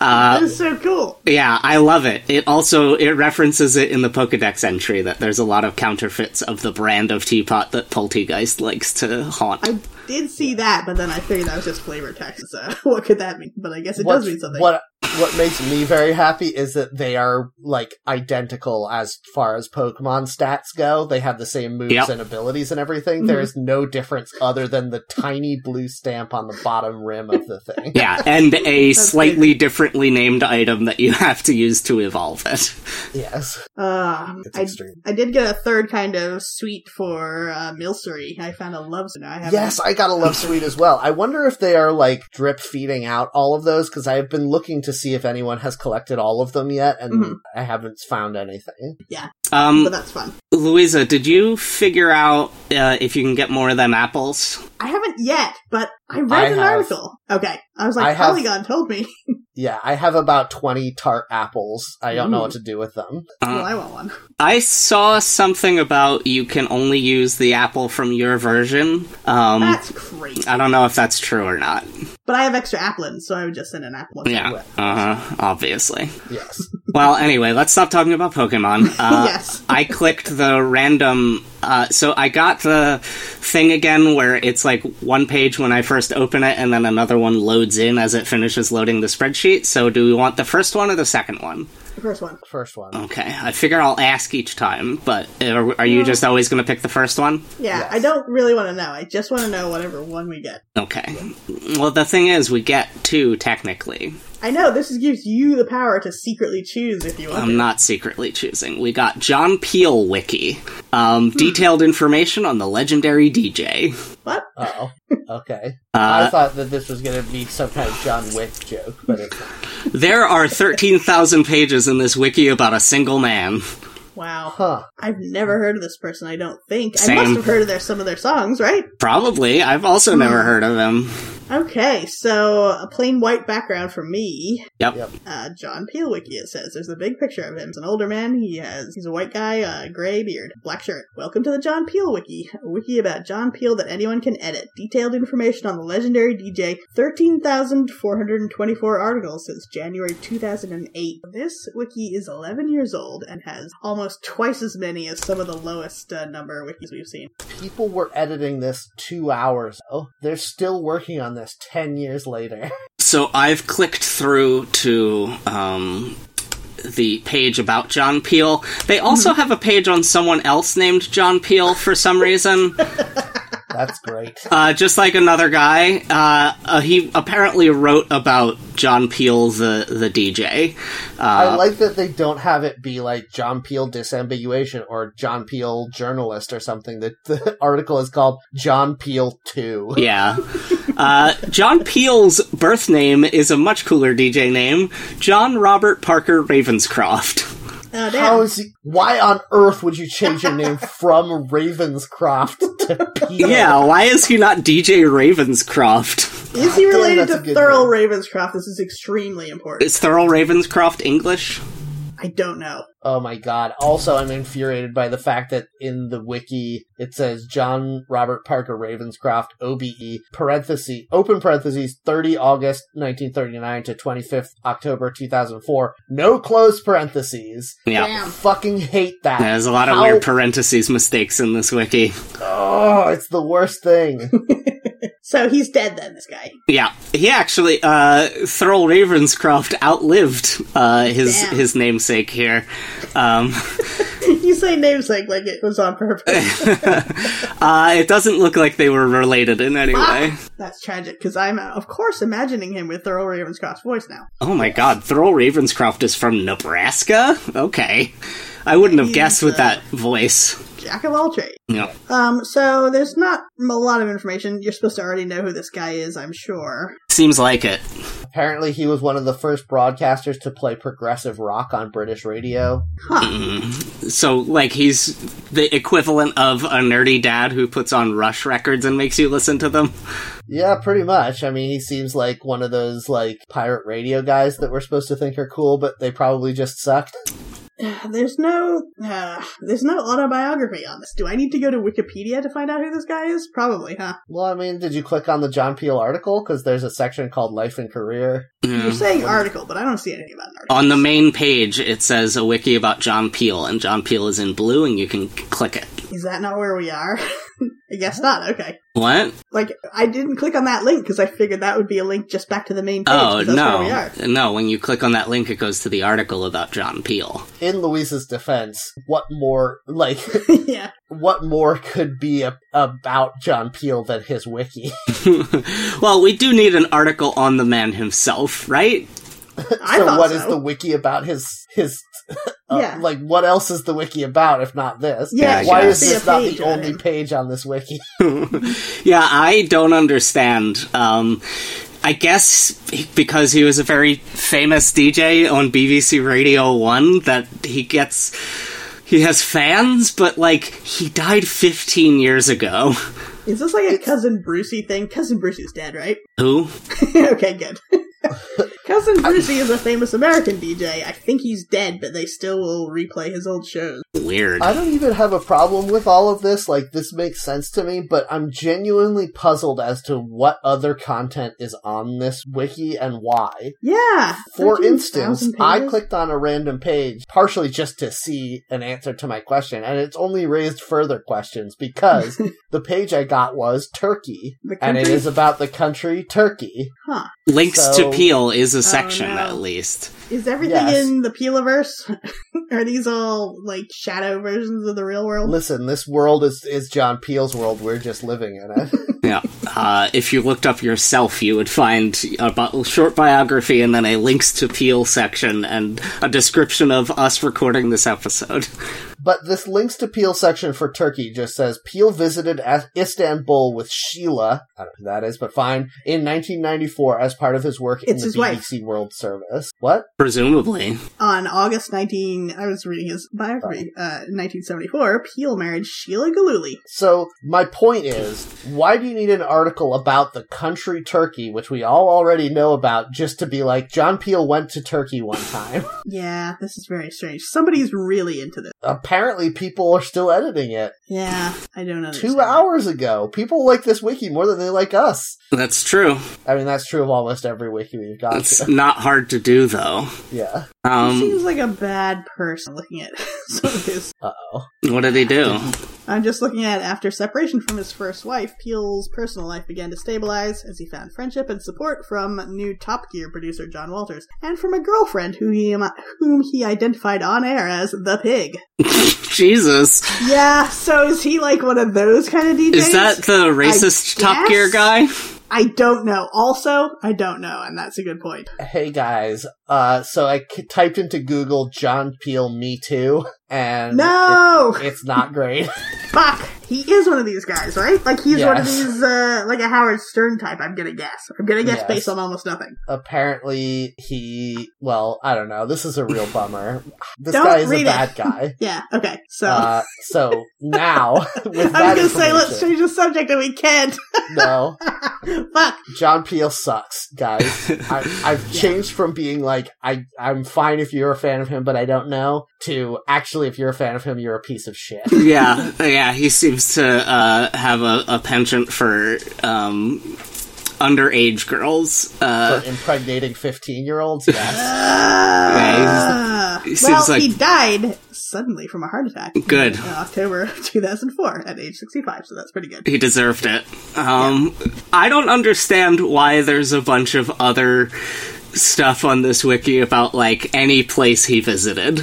Uh, that is so cool. Yeah, I love it. It also it references it in the Pokédex entry that there's a lot of counterfeits of the brand of teapot that Poltegeist likes to haunt. I did see that, but then I figured that was just flavor text. So what could that mean? But I guess it What's- does mean something. What what makes me very happy is that they are like identical as far as Pokemon stats go. They have the same moves Yep. and abilities and Mm-hmm. everything. There is no difference other than the tiny blue stamp on the bottom rim of the thing. yeah, and a That's slightly differently named item that you have to use to evolve it. yes, Uh, it's I, extreme. I did get a third kind of sweet for uh, Milcery. I found a love now. I have Yes, I got a love sweet as well. I wonder if they are like drip feeding out all of those because I have been looking to see if anyone has collected all of them yet, and Mhm. I haven't found anything. but Um, that's fun. Louisa, did you figure out uh, if you can get more of them apples? I haven't yet, but I read I an have. article. Okay, I was like, I have- Polygon told me. Yeah, I have about twenty tart apples. I don't know Ooh. what to do with them. well, I want Uh, one. I saw something about you can only use the apple from your version. Um, That's great. uh, I don't know if that's true or not. But I have extra applins, so I would just send an apple. Yeah, uh huh, obviously. Yes. Well, anyway, let's stop talking about Pokemon. Uh, Yes. I clicked the random. Uh, so I got the thing again where it's like one page when I first open it, and then another one loads in as it finishes loading the spreadsheet. So do we want the first one or the second one? The first one. First one. Okay, I figure I'll ask each time, but are, are you just always going to pick the first one? Yeah, Yes. I don't really want to know. I just want to know whatever one we get. Okay. Well, the thing is, we get two technically. I know this is- gives you the power to secretly choose if you want. Um, I'm not secretly choosing. We got John Peel Wiki. Um, detailed information on the legendary DJ. to. What? Oh, okay. I Uh, thought that this was going to be some kind of John Wick joke, but it's not. there are 13,000 pages in this wiki about a single man. Wow. Huh. I've never heard of this person. I don't think. I Same. must have heard of their some of their songs, right? Probably. I've also never Hmm. heard of him. Okay, so a plain white background for me. Yep. Yep. Uh, John Peel Wiki. It says there's a big picture of him. He's an older man. He has he's a white guy, uh, gray beard, black shirt. Welcome to the John Peel Wiki, a wiki about John Peel that anyone can edit. Detailed information on the legendary DJ. Thirteen thousand four hundred twenty-four articles since January two thousand and eight. This wiki is eleven years old and has almost twice as many as some of the lowest uh, number wikis we've seen. People were editing this two hours. Oh, they're still working on this 10 years later. So I've clicked through to um, the page about John Peel. Hmm. They also have a page on someone else named John Peel for some reason. That's great. Uh, just like another guy, uh, uh, he apparently wrote about John Peel, the the DJ. Uh, I like that they don't have it be like John Peel disambiguation or John Peel journalist or something. That the article is called John Peel Two. yeah. Uh, John Peel's birth name is a much cooler DJ name, John Robert Parker Ravenscroft. Oh, damn. How is he, why on earth would you change your name from Ravenscroft to Peel? Yeah, why is he not DJ Ravenscroft? Is he Damn, related that's a to good Thurl one. Ravenscroft? This is extremely important. Is Thurl Ravenscroft English? I don't know. Oh my god. Also, I'm infuriated by the fact that in the wiki it says John Robert Parker Ravenscroft, OBE, parentheses, open parentheses, 30 August 1939 to 25th October 2004. No close parentheses. Yeah. Damn. Fucking hate that. There's a lot of How- weird parentheses mistakes in this wiki. Oh, it's the worst thing. So he's dead then, this guy. Yeah, he actually uh, Thurl Ravenscroft outlived uh, his Damn. his namesake here. Um, you say namesake like it was on purpose. uh, it doesn't look like they were related in any way. That's tragic because I'm, uh, of course, imagining him with Thurl Ravenscroft's voice now. Oh my God, Thurl Ravenscroft is from Nebraska. Okay, I wouldn't have guessed uh, with that voice. Jack of all trades. Yeah. Um, so there's not a lot of information. You're supposed to already know who this guy is, I'm sure. Seems like it. Apparently, he was one of the first broadcasters to play progressive rock on British radio. Mm. So, like, he's the equivalent of a nerdy dad who puts on Rush records and makes you listen to them. Yeah, pretty much. I mean, he seems like one of those like pirate radio guys that we're supposed to think are cool, but they probably just sucked. There's no, uh, there's no autobiography on this. Do I need to go to Wikipedia to find out who this guy is? Probably, huh? Well, I mean, did you click on the John Peel article? Because there's a section called Life and Career. You're saying article, but I don't see anything about an article. Mm. On the main page, it says a wiki about John Peel, and John Peel is in blue, and you can c- click it. Is that not where we are? I guess not. Okay. What? Like I didn't click on that link because I figured that would be a link just back to the main page. 'cause Oh, that's Where we no. are. No, when you click on that link, it goes to the article about John Peel. In Louise's defense, what more like yeah. what more could be a- about John Peel than his wiki? well, we do need an article on the man himself, right? I so thought what so. is the wiki about his his uh, Yeah. like what else is the wiki about if not this? Yeah, it Why should is be a this not page the on only him. page on this wiki? Yeah, I don't understand. Um, I guess because he was a very famous DJ on BBC Radio 1 that he gets. He has fans, but like, he died 15 years ago. Is this like a cousin Brucey thing? Cousin Brucey's dead, right? Who? okay, good. cousin Brucey is a famous American DJ. I think he's dead, but they still will replay his old shows. Weird. I don't even have a problem with all of this. Like, this makes sense to me, but I'm genuinely puzzled as to what other content is on this wiki and why. Yeah. For 13,000 instance, I pages? clicked on a random page, partially just to see an answer to my question, and it's only raised further questions because the page I got was Turkey, The and it country? is about the country Turkey. Huh. Links So- to Peel is a section, no. at least. Is everything Yes. in the Peeliverse? Are these all like shadow versions of the real world? Listen, this world is, is John Peel's world. We're just living in it. Yeah. Uh, if you looked up yourself, you would find a bu- short biography and then a links to Peel section and a description of us recording this episode. But this links to Peel section for Turkey just says Peel visited as- Istanbul with Sheila, I don't know who that is, but fine, in 1994 as part of his work in It's the his wife. BBC World Service. What? Presumably. On August 19, I was reading his biography, uh, 1974, Peel married Sheila Galuli. So my point is, why do you need an article about the country Turkey, which we all already know about, just to be like John Peel went to Turkey one time? Yeah, this is very strange. Somebody's really into this. Apparently, people are still editing it. Yeah, I don't understand. Two hours ago, people like this wiki more than they like us. That's true. I mean, that's true of almost every wiki we've got. It's not hard to do, though. Yeah. He Um, seems like a bad person looking at some of his. Uh-oh. What did he do? I'm just looking at after separation from his first wife, Peel's personal life began to stabilize as he found friendship and support from new Top Gear producer John Walters and from a girlfriend who he whom he identified on air as the pig. Jesus. Yeah, so is he like one of those kind of DJs? Is that the racist I Top Gear guess. guy? I don't know. Also, I don't know, and that's a good point. Hey guys, uh, so I k- typed into Google John Peel Me Too, and No, it- it's not great. fuck. He is one of these guys, right? Like he's one of Yes. these, uh, like a Howard Stern type. I'm gonna guess. I'm gonna guess Yes. based on almost nothing. Apparently, he, well, I don't know. This is a real bummer. This Don't guy is read a it. bad guy. Yeah. Okay. So Uh, so now, with I that was gonna say let's information- change the subject, and we can't. no, fuck. John Peel sucks, guys. I, I've changed from being like I I'm fine if you're a fan of him, but I don't know, to actually if you're a fan of him, you're a piece of shit. yeah, yeah, he seems to uh, have a, a penchant for um, underage girls. Uh, For impregnating fifteen year olds, yes. Yeah, Ah. he's- he well, seems like- he died suddenly from a heart attack. Good. In October of 2004 at age 65, so that's pretty good. he deserved it. Um, I don't understand why there's a bunch of other stuff on this wiki about like any place he visited.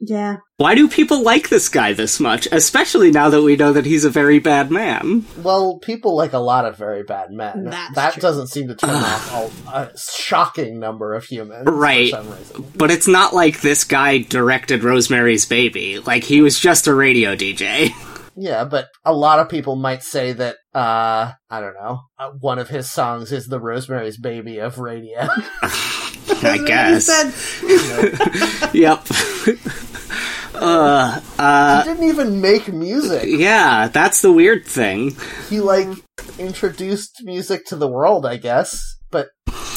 Yeah. Why do people like this guy this much? Especially now that we know that he's a very bad man. Well, people like a lot of very bad men. That's that true. doesn't seem to turn off a, a shocking number of humans Right. for some reason. But it's not like this guy directed Rosemary's Baby. Like he was just a radio DJ. Yeah, but a lot of people might say that uh I don't know, uh, one of his songs is the Rosemary's Baby of radio. I guess. He said, yep. uh, uh, he didn't even make music. yeah, that's the weird thing. he like introduced music to the world, I guess. But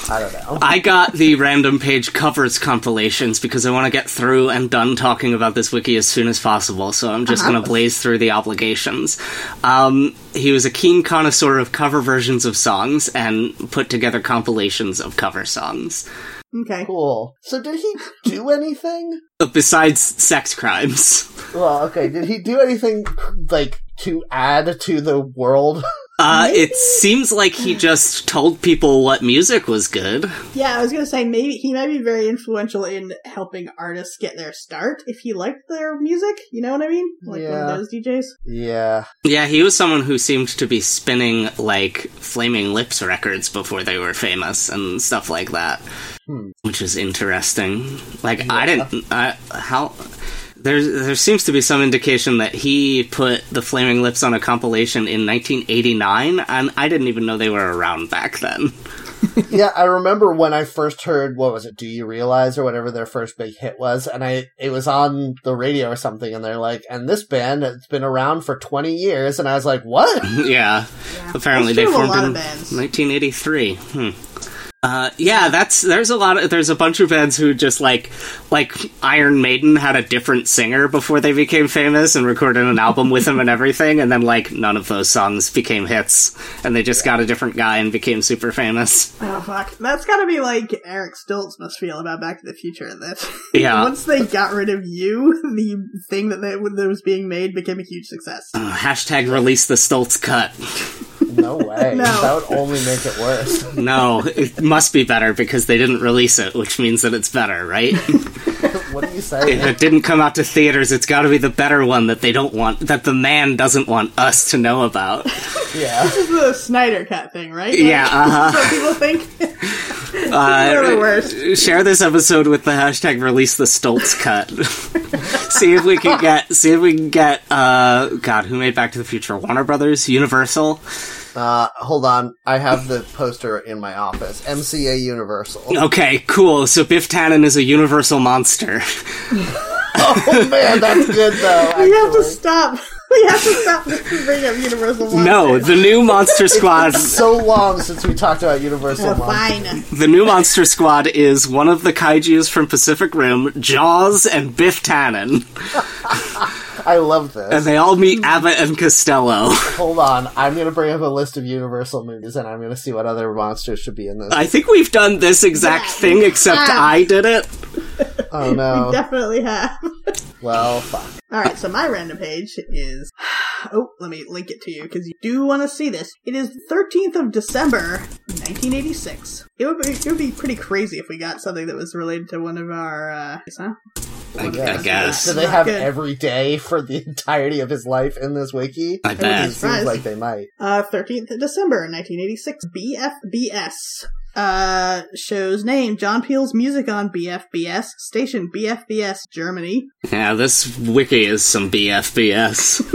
I don't know. I got the random page covers compilations because I want to get through and done talking about this wiki as soon as possible, so I'm just going to blaze through the obligations. Um, he was a keen connoisseur of cover versions of songs and put together compilations of cover songs, okay. Cool. So did he do anything? Uh, besides sex crimes. Well, okay. Did he do anything like to add to the world? Uh, it seems like he just told people what music was good. Yeah, I was gonna say maybe he might be very influential in helping artists get their start if he liked their music. You know what I mean? Like one Yeah. of those DJs. Yeah. Yeah, he was someone who seemed to be spinning like Flaming Lips records before they were famous and stuff like that, Hmm. which is interesting. Like I didn't I, how there there seems to be some indication that he put the Flaming Lips on a compilation in 1989, and I didn't even know they were around back then. Yeah, I remember when I first heard what was it? Do you realize or whatever their first big hit was, and I it was on the radio or something, and they're like, and this band has been around for twenty years, and I was like, what? yeah. Yeah. Apparently, That's they true of formed a lot in of bands. 1983. Hmm. Uh, yeah, that's there's a lot of there's a bunch of bands who just like like Iron Maiden had a different singer before they became famous and recorded an album with him and everything, and then like none of those songs became hits, and they just got a different guy and became super famous. Oh fuck! That's gotta be like Eric Stoltz must feel about Back to the Future. That Yeah. once they got rid of you, the thing that they, that was being made became a huge success. Uh, hashtag release the Stoltz cut. No way. No. That would only make it worse. No, it must be better because they didn't release it, which means that it's better, right? what do you say? if it didn't come out to theaters, it's got to be the better one that they don't want, that the man doesn't want us to know about. Yeah. This is the Snyder Cut thing, right? Like, Yeah, uh-huh. That's what people think. Uh, They're the worst. share this episode with the hashtag release the Stoltz cut. see if we can get, see if we can get, uh, God, who made Back to the Future? Warner Brothers? Universal? Uh, hold on. I have the poster in my office. MCA Universal. Okay, cool. So Biff Tannen is a Universal monster. oh man, that's good though. We have to actually. stop. We have to stop bringing up Universal. No, Monsters. the new Monster Squad So long since we talked about Universal. Oh, Monsters. fine. The new Monster Squad is one of the kaijus from Pacific Rim, Jaws, and Biff Tannen. I love And this. they all meet Abbott and Costello. Hold on. I'm gonna bring up a list of Universal movies and I'm gonna see what other monsters should be in this. I think we've done this exact Yeah. thing, except Ah. I did it. Oh no. Definitely have. Well, fuck. All right, so my random page is. Oh, let me link it to you because you do want to see this. It is 13th of December, 1986. It would be it would be pretty crazy if we got something that was related to one of our. Uh, huh? I, I guess. Do they have Good. every day for the entirety of his life in this wiki? I bet. It seems like they might. Uh, 13th of December, 1986. BFBS. Uh, show's name, John Peel's music on BFBS, station BFBS, Germany. Yeah, this wiki is some BFBS.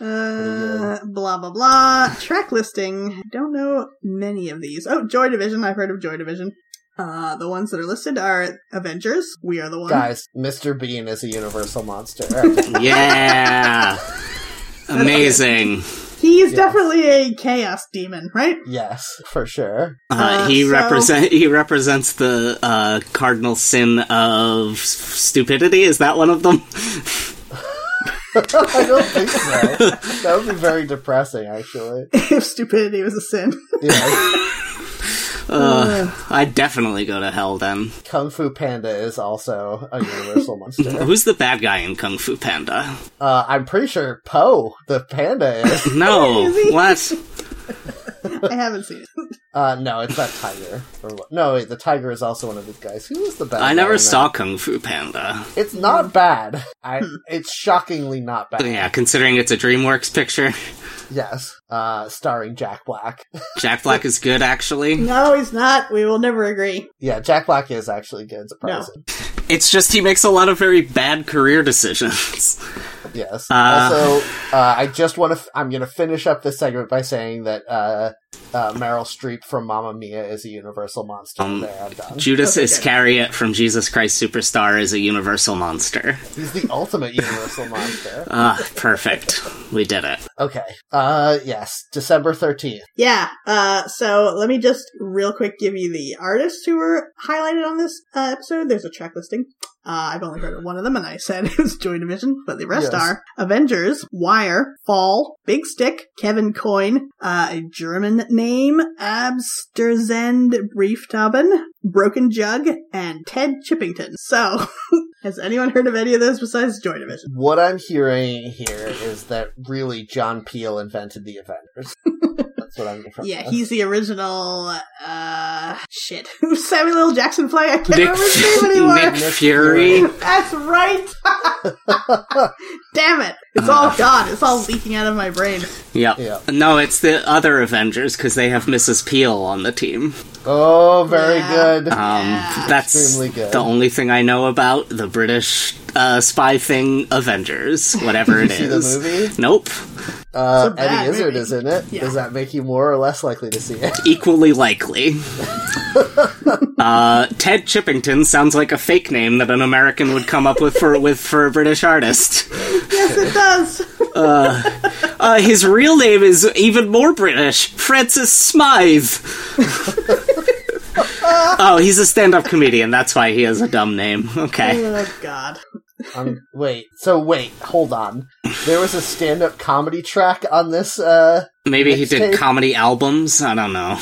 Uh, blah, blah, blah. Track listing. Don't know many of these. Oh, Joy Division. I've heard of Joy Division. Uh, the ones that are listed are Avengers. We are the one. Guys, Mr. Bean is a universal monster. Alright. yeah. Amazing. Yes. He's definitely a chaos demon, right? yes, for sure. Uh, Uh, he so- represent he represents the uh, cardinal sin of s- stupidity. Is that one of them? I don't think so. That would be very depressing, actually. if stupidity was a sin. Yeah, Uh, I'd definitely go to hell then. Kung Fu Panda is also a universal monster. Who's the bad guy in Kung Fu Panda? Uh, I'm pretty sure Poe, the panda, is. No, Is he? what? I haven't seen it. Uh, no, it's that tiger. Or what- No, wait, the tiger is also one of these guys. Who was the bad? I guy in never that? saw Kung Fu Panda. It's not bad. I. It's shockingly not bad. Yeah, considering it's a DreamWorks picture, Yes. Uh, starring Jack Black. Jack Black is good actually. No, he's not. We will never agree. Yeah, Jack Black is actually good. Surprising. It's just he makes a lot of very bad career decisions. Yes. Uh. also, uh, I just want to. F- I'm going to finish up this segment by saying that uh, uh, Meryl Streep from Mamma Mia is a universal monster. Um, there, I'm done. Judas Okay. Iscariot from Jesus Christ Superstar is a universal monster. He's the ultimate universal monster. Ah, perfect. We did it. Okay. Uh, yes. December thirteenth. Yeah. Uh, so let me just real quick give you the artists who were highlighted on this uh, episode. There's a track listing. Uh, I've only heard of one of them, and I said it was Joy Division, but the rest Yes. are Avengers, Wire, Fall, Big Stick, Kevin Coyne, uh, a German name, Absterzend Brieftaben, Broken Jug, and Ted Chippington. So, has anyone heard of any of those besides Joy Division? What I'm hearing here is that really John Peel invented the Avengers. That's what I'm getting from Yeah, this. he's the original. uh Shit, who's Samuel L. Jackson play? I can't Nick, remember his name anymore. Nick Nick Fury. That's right. Damn it! It's Uh, all gone. It's all leaking out of my brain. Yep. Yeah. No, it's the other Avengers because they have Mrs. Peel on the team. Oh, very Yeah. good. Um, Yeah. That's Extremely good. the only thing I know about the British uh, spy thing, Avengers, whatever it is. See the movie? Nope. Uh, It's a bad Eddie Izzard movie. is in it. Yeah. Does that make you more or less likely to see it? Equally likely. uh, Ted Chippington sounds like a fake name that an American would come up with for with for a British artist. Yes, it does. Uh, his real name is even more British, Francis Smythe. oh, he's a stand-up comedian. That's why he has a dumb name. Okay. oh God. Um, wait. So wait. Hold on. There was a stand-up comedy track on this. Uh, Maybe he did Mixtape. comedy albums. I don't know.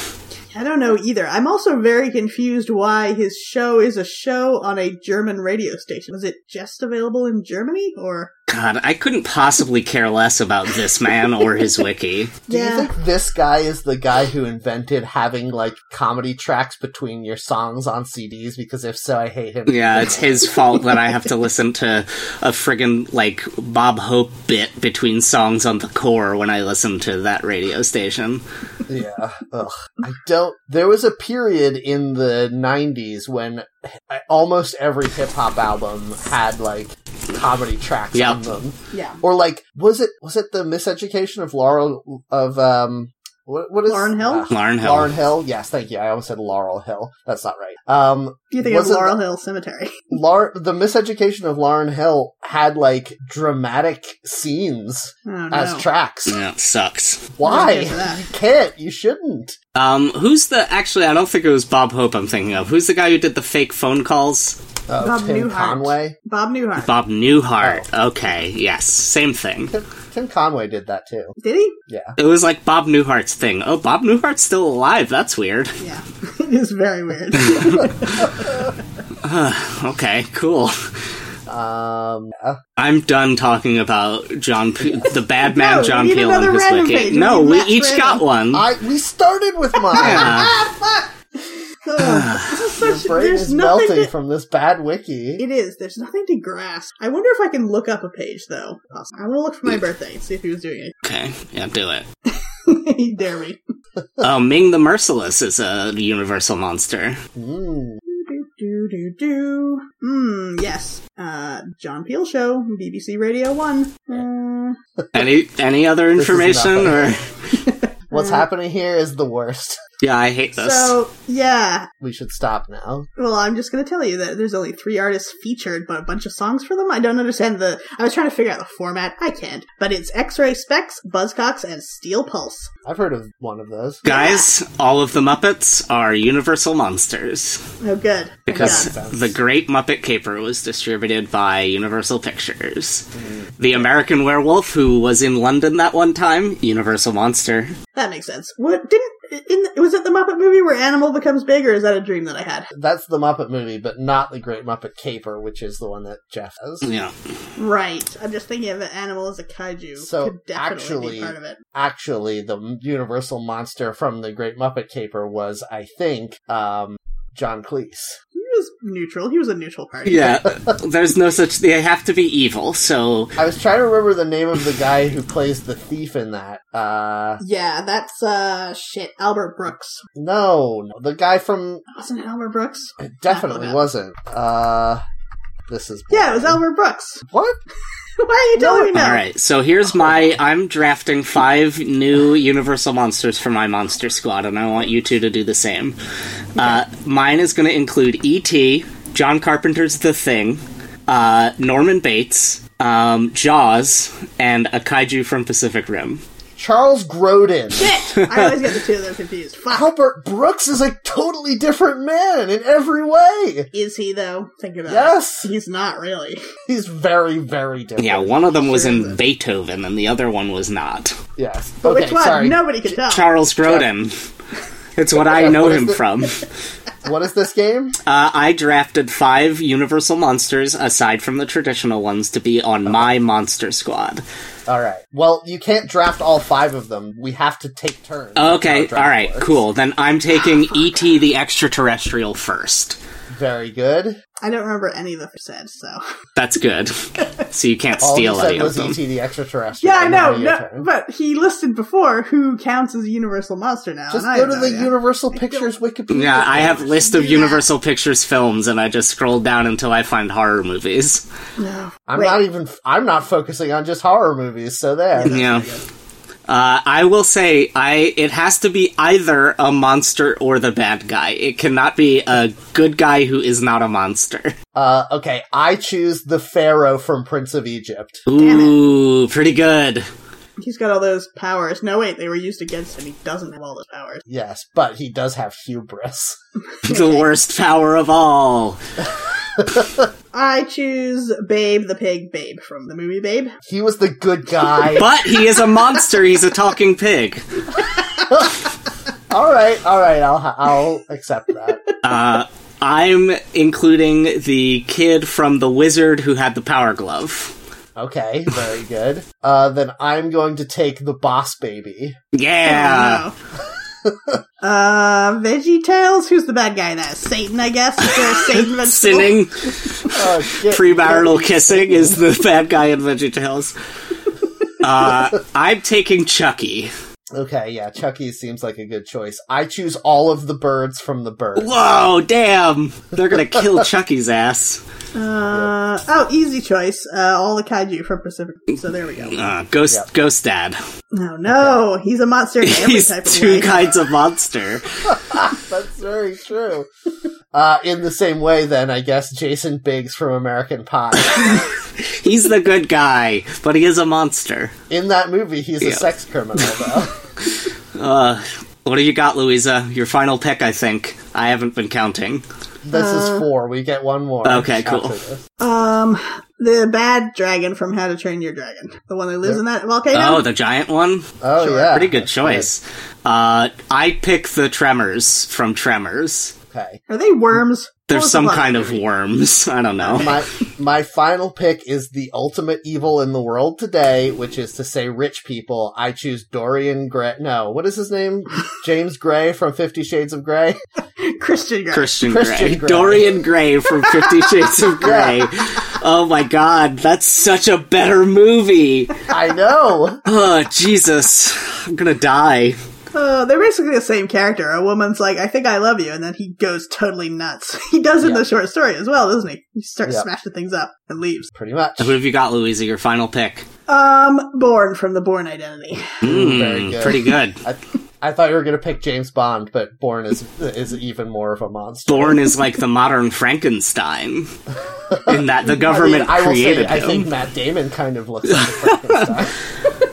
I don't know either. I'm also very confused why his show is a show on a German radio station. Was it just available in Germany, or God, I couldn't possibly care less about this man or his wiki. do Yeah. you think this guy is the guy who invented having like comedy tracks between your songs on CDs? Because if so, I hate him. Yeah, it's his fault that I have to listen to a friggin' like Bob Hope bit between songs on the core when I listen to that radio station. Yeah. Ugh. I don't. There was a period in the 90s when almost every hip hop album had like comedy tracks Yeah. on them. yeah? Or like, was it was it the miseducation of Laurel of um what what is Lauryn Hill? Ah, Lauren Hill. Lauryn Hill. Yes, thank you. I almost said Laurel Hill. That's not right. Um, Do you think Was of it- Laurel Hill Cemetery? Lar- the miseducation of Lauren Hill had like dramatic scenes Oh no. as tracks. Yeah, it sucks. Why? I'm not here for that. You can't. You shouldn't. Um, who's the actually? I don't think it was Bob Hope. I'm thinking of who's the guy who did the fake phone calls. Uh, Bob Tim Newhart. Conway. Bob Newhart. Bob Newhart. Oh. Okay, yes, same thing. Tim, Tim Conway did that too. Did he? Yeah. It was like Bob Newhart's thing. Oh, Bob Newhart's still alive. That's weird. Yeah, it is very weird. Okay, cool. Um, yeah. I'm done talking about John, P- the bad man No, we John need Peel another and his random wiki. page. We No, need we last each random. Oh, got one. Uh, I we started with mine. Yeah. ah, fuck! Ugh, this is Your such, brain there's is nothing melting to, from this bad wiki. It is. There's nothing to grasp. I wonder if I can look up a page though. I want to look for my birthday and see if he was doing Okay, yeah, do it. it. he dare me. Oh, Ming the Merciless is a universal monster. Mm. Do do do do. Hmm. Yes. Uh, John Peel show, BBC Radio One. Uh, Any any other This is information or? What's Mm. happening here is the worst. Yeah, I hate this. so yeah. We should stop now. Well, I'm just gonna tell you that there's only three artists featured, but a bunch of songs for them. I don't understand the. I was trying to figure out the format. I can't. But it's X-Ray Specs, Buzzcocks, and Steel Pulse. I've heard of one of those. Guys, all of the Muppets are universal monsters Oh, good. because Yeah. the Great Muppet Caper was distributed by Universal Pictures. The American Werewolf, who was in London that one time, Universal Monster. That makes sense. What didn't in the, was it the Muppet movie where animal becomes big, or is that a dream that I had? That's the Muppet movie, but not the Great Muppet Caper, which is the one that Jeff has. Yeah, Right. I'm just thinking of an animal as a kaiju. So, Could definitely actually- be part of it. Actually, the Universal monster from the Great Muppet Caper was, I think, um, John Cleese. He was neutral. He was a neutral party. yeah. There's no such. They have to be evil. So I was trying to remember the name of the guy who plays the thief in that. Uh, Yeah, that's uh shit. Albert Brooks no, no, the guy from wasn't it Albert Brooks. it definitely no. wasn't. Uh, this is Yeah, it was boring. Albert Brooks. What? Why are you telling me All now? right, so here's my. I'm drafting five new Universal monsters for my monster squad, and I want you two to do the same. Uh, mine is going to include E.T., John Carpenter's The Thing, uh, Norman Bates, um, Jaws, and a kaiju from Pacific Rim. Charles Grodin. Shit! I always get the two of them confused. Fuck. Albert Brooks is a totally different man in every way. Is he though? Think about Yes. it. He's not really. He's very, very different. Yeah, one of them was in Beethoven, and the other one was not. Yes. But okay, which one? sorry. Nobody can tell. Charles Grodin. It's what I know him from. What is this game? Uh, I drafted five Universal monsters aside from the traditional ones to be on my monster squad. All right. Well, you can't draft all five of them. We have to take turns. Okay, How all draft right, works. cool. Then I'm taking E.T. the extraterrestrial first. Very good. I don't remember any of them said. So That's good. So you can't All you steal said any of was E them. E.T. the extraterrestrial. yeah, I Now know. your No, turn. but he listed before who counts as a universal monster now. Just and I go to have the no idea. Universal Pictures Wikipedia. Yeah, I have page. list of Universal Pictures films, and I just scroll down until I find horror movies. No. I'm Wait. not even. I'm not focusing on just horror movies. So there. Yeah. Uh, I will say, I it has to be either a monster or the bad guy. It cannot be a good guy who is not a monster. Uh, okay, I choose the Pharaoh from Prince of Egypt. it. Ooh, pretty good. He's got all those powers. No, wait, they were used against him. He doesn't have all those powers. Yes, but he does have hubris. the worst power of all. I choose Babe the Pig Babe from the movie Babe. He was the good guy. But he is a monster. He's a talking pig. all right, all right, I'll ha- I'll accept that. Uh, I'm including the kid from the wizard who had the power glove. Okay, very good. Uh, then I'm going to take the boss baby. Yeah. Oh, no. uh, Veggie Tales. Who's the bad guy? in That Satan, I guess. Is there a Satan vegetable? Sinning, Oh shit! premarital kissing is the bad guy in VeggieTales. Uh, I'm taking Chucky. Okay, yeah, Chucky seems like a good choice. I choose all of the birds from the bird. Whoa, damn! They're gonna kill Chucky's ass. Uh, oh, easy choice. Uh, all the kaiju from Pacific. So there we go. Uh, ghost, Yep. ghost dad. No, no, he's a monster in every He's type of two way. kinds of monster. That's very true. Uh, in the same way, then I guess Jason Biggs from American Pie. He's the good guy, but he is a monster. In that movie, he's a Yeah. sex criminal, though. Uh, what do you got, Louisa? Your final pick, I think. I haven't been counting. This is four. We get one more. Okay, cool. after this. Um, the bad dragon from How to Train Your Dragon, the one that lives in that volcano. Oh, the giant one? Oh yeah, Pretty good choice. Uh, I pick the Tremors from Tremors. Okay. Are they worms? What There's was some the kind of worms. I don't know. My my final pick is the ultimate evil in the world today, which is to say rich people. I choose Dorian Gray. No, what is his name? James Gray from Fifty Shades of Grey. Christian guy. Christian, Christian Grey. Grey. Dorian Gray from Fifty Shades of Grey. Oh my god, that's such a better movie. I know. Oh, Jesus. I'm gonna die. Oh, they're basically the same character. A woman's like, I think I love you, and then he goes totally nuts. He does in Yeah. the short story as well, doesn't he? He starts Yeah. smashing things up and leaves. Pretty much. Who have you got, Louisa? Your final pick. Um, Born from the Born Identity. Mm, very good. Pretty good. I, I thought you were going to pick James Bond, but Bourne is is even more of a monster. Born is like the modern Frankenstein, in that the government I, mean, I will say, created I him. think Matt Damon kind of looks like a Frankenstein.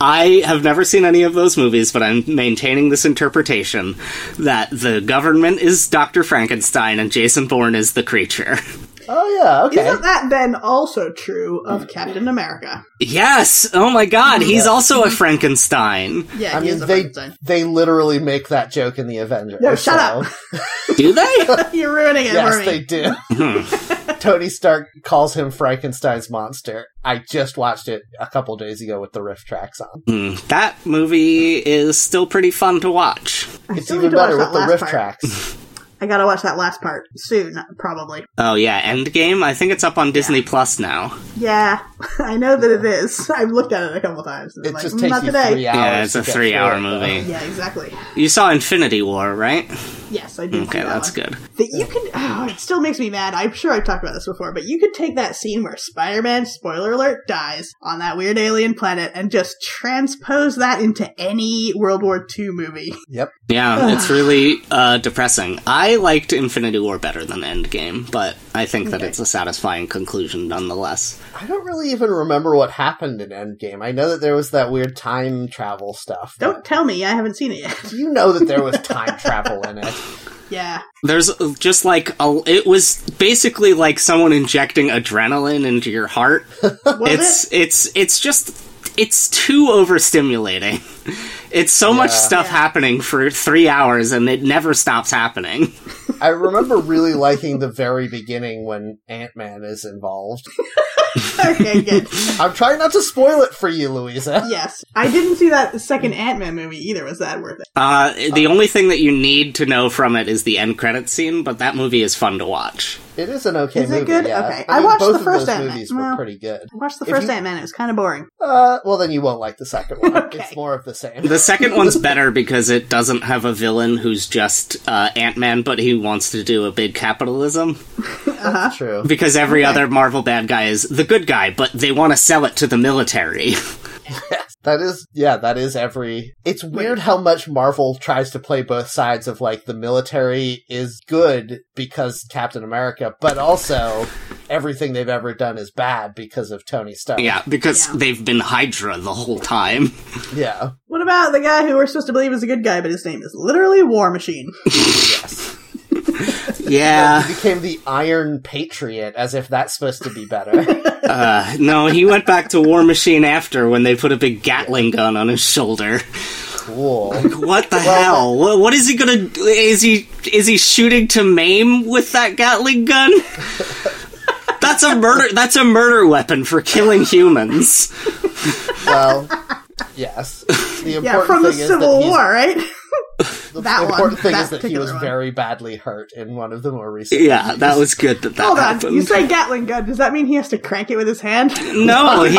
I have never seen any of those movies, but I'm maintaining this interpretation that the government is Dr. Frankenstein and Jason Bourne is the creature. oh yeah, okay. Isn't that then also true Mm. of Captain America? Yes! Oh my god, he's also a Frankenstein. Yeah, I he mean, is a they Frankenstein. they literally make that joke in the Avengers. No, shut up. Do they? You're ruining it yes, for me. they do. Tony Stark calls him Frankenstein's monster. I just watched it a couple days ago with the riff tracks on. Hmm, that movie is still pretty fun to watch. I It's still even need to watch better that with the last riff part. tracks. I gotta watch that last part soon, probably. Oh yeah, Endgame? I think it's up on Disney Plus now. Yeah, I know that it is. I've looked at it a couple times. And It I'm like, just "Mm, takes not you today. three hours. Yeah, it's to a get three through hour it, though. movie. Yeah, exactly. You saw Infinity War, right? Yes, I do. see Okay, that that's one. good. That you can. Oh, it still makes me mad. I'm sure I've talked about this before, but you could take that scene where Spider-Man, spoiler alert, dies on that weird alien planet and just transpose that into any World War II movie. Yep. Yeah, it's really uh, depressing. I liked Infinity War better than Endgame, but I think that Okay. it's a satisfying conclusion nonetheless. I don't really even remember what happened in Endgame. I know that there was that weird time travel stuff. but Don't tell me I haven't seen it yet. You know that there was time travel in it. yeah, There's uh, just like a, it was basically like someone injecting adrenaline into your heart. was it's it? it's it's just it's too overstimulating. It's so much Yeah. stuff Yeah. happening for three hours, and it never stops happening. I remember really liking the very beginning when Ant Man is involved. okay, good. I'm trying not to spoil it for you, Louisa. Yes, I didn't see that second Ant Man movie either. Was that worth it? Uh, Oh. the only thing that you need to know from it is the end credit scene, but that movie is fun to watch. It is an okay Is it movie. good? yeah. Okay. I watched both the first of those Ant-Man. movies were Well- pretty good. I watched the If first you- Ant Man. It was kind of boring. Uh, well, then you won't like the second one. Okay. It's more of the same. The second one's better because it doesn't have a villain who's just uh, Ant Man, but he wants to do a big capitalism. That's true. Because every Okay. other Marvel bad guy is the good guy, but they want to sell it to the military. That is, yeah, that is every. It's weird how much Marvel tries to play both sides of like the military is good because Captain America, but also everything they've ever done is bad because of Tony Stark. yeah, because Yeah. they've been Hydra the whole time. Yeah. What about the guy who we're supposed to believe is a good guy, but his name is literally War Machine? Yeah. he became the Iron Patriot as if that's supposed to be better. Uh, no, he went back to War Machine after when they put a big Gatling gun on his shoulder. cool. What the hell? What, what is he gonna? do? Is he is he shooting to maim with that Gatling gun? That's a murder. That's a murder weapon for killing humans. Well, yes. The important Yeah, from the thing is Civil that he's- War, right? The That one. important thing That is that he particular was one. very badly hurt in one of the more recent. Yeah, that was good that that Hold on. You happened. say Gatling gun. Does that mean he has to crank it with his hand? no, he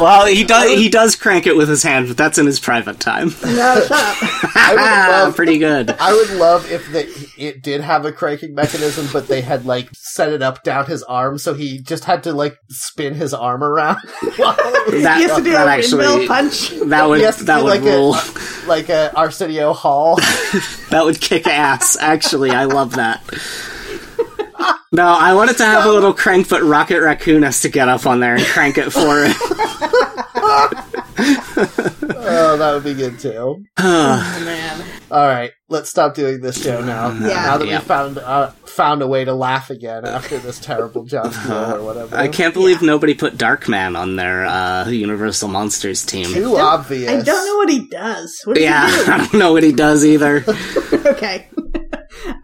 well he does he does crank it with his hand, but that's in his private time. no, shut up. I would Ah, Ah, love, Pretty good. I would love if they, it did have a cranking mechanism, but they had like set it up down his arm, so he just had to like spin his arm around. that That, he has to do that a actually windmill punch. that would that would like rule. a like a Arsenio Hall. That would kick ass, actually. I love that. No, I wanted to have a little crank, but Rocket Raccoon has to get up on there and crank it for it. oh, that would be good too. Oh, man. All right, let's stop doing this show now. now that Yeah. we found uh, found a way to laugh again after this terrible John Cena or whatever. Uh-huh. I can't believe nobody put Darkman on their uh, Universal Monsters team. Too obvious. I don't know what he does. What does Yeah, he I don't know what he does either. do? Okay.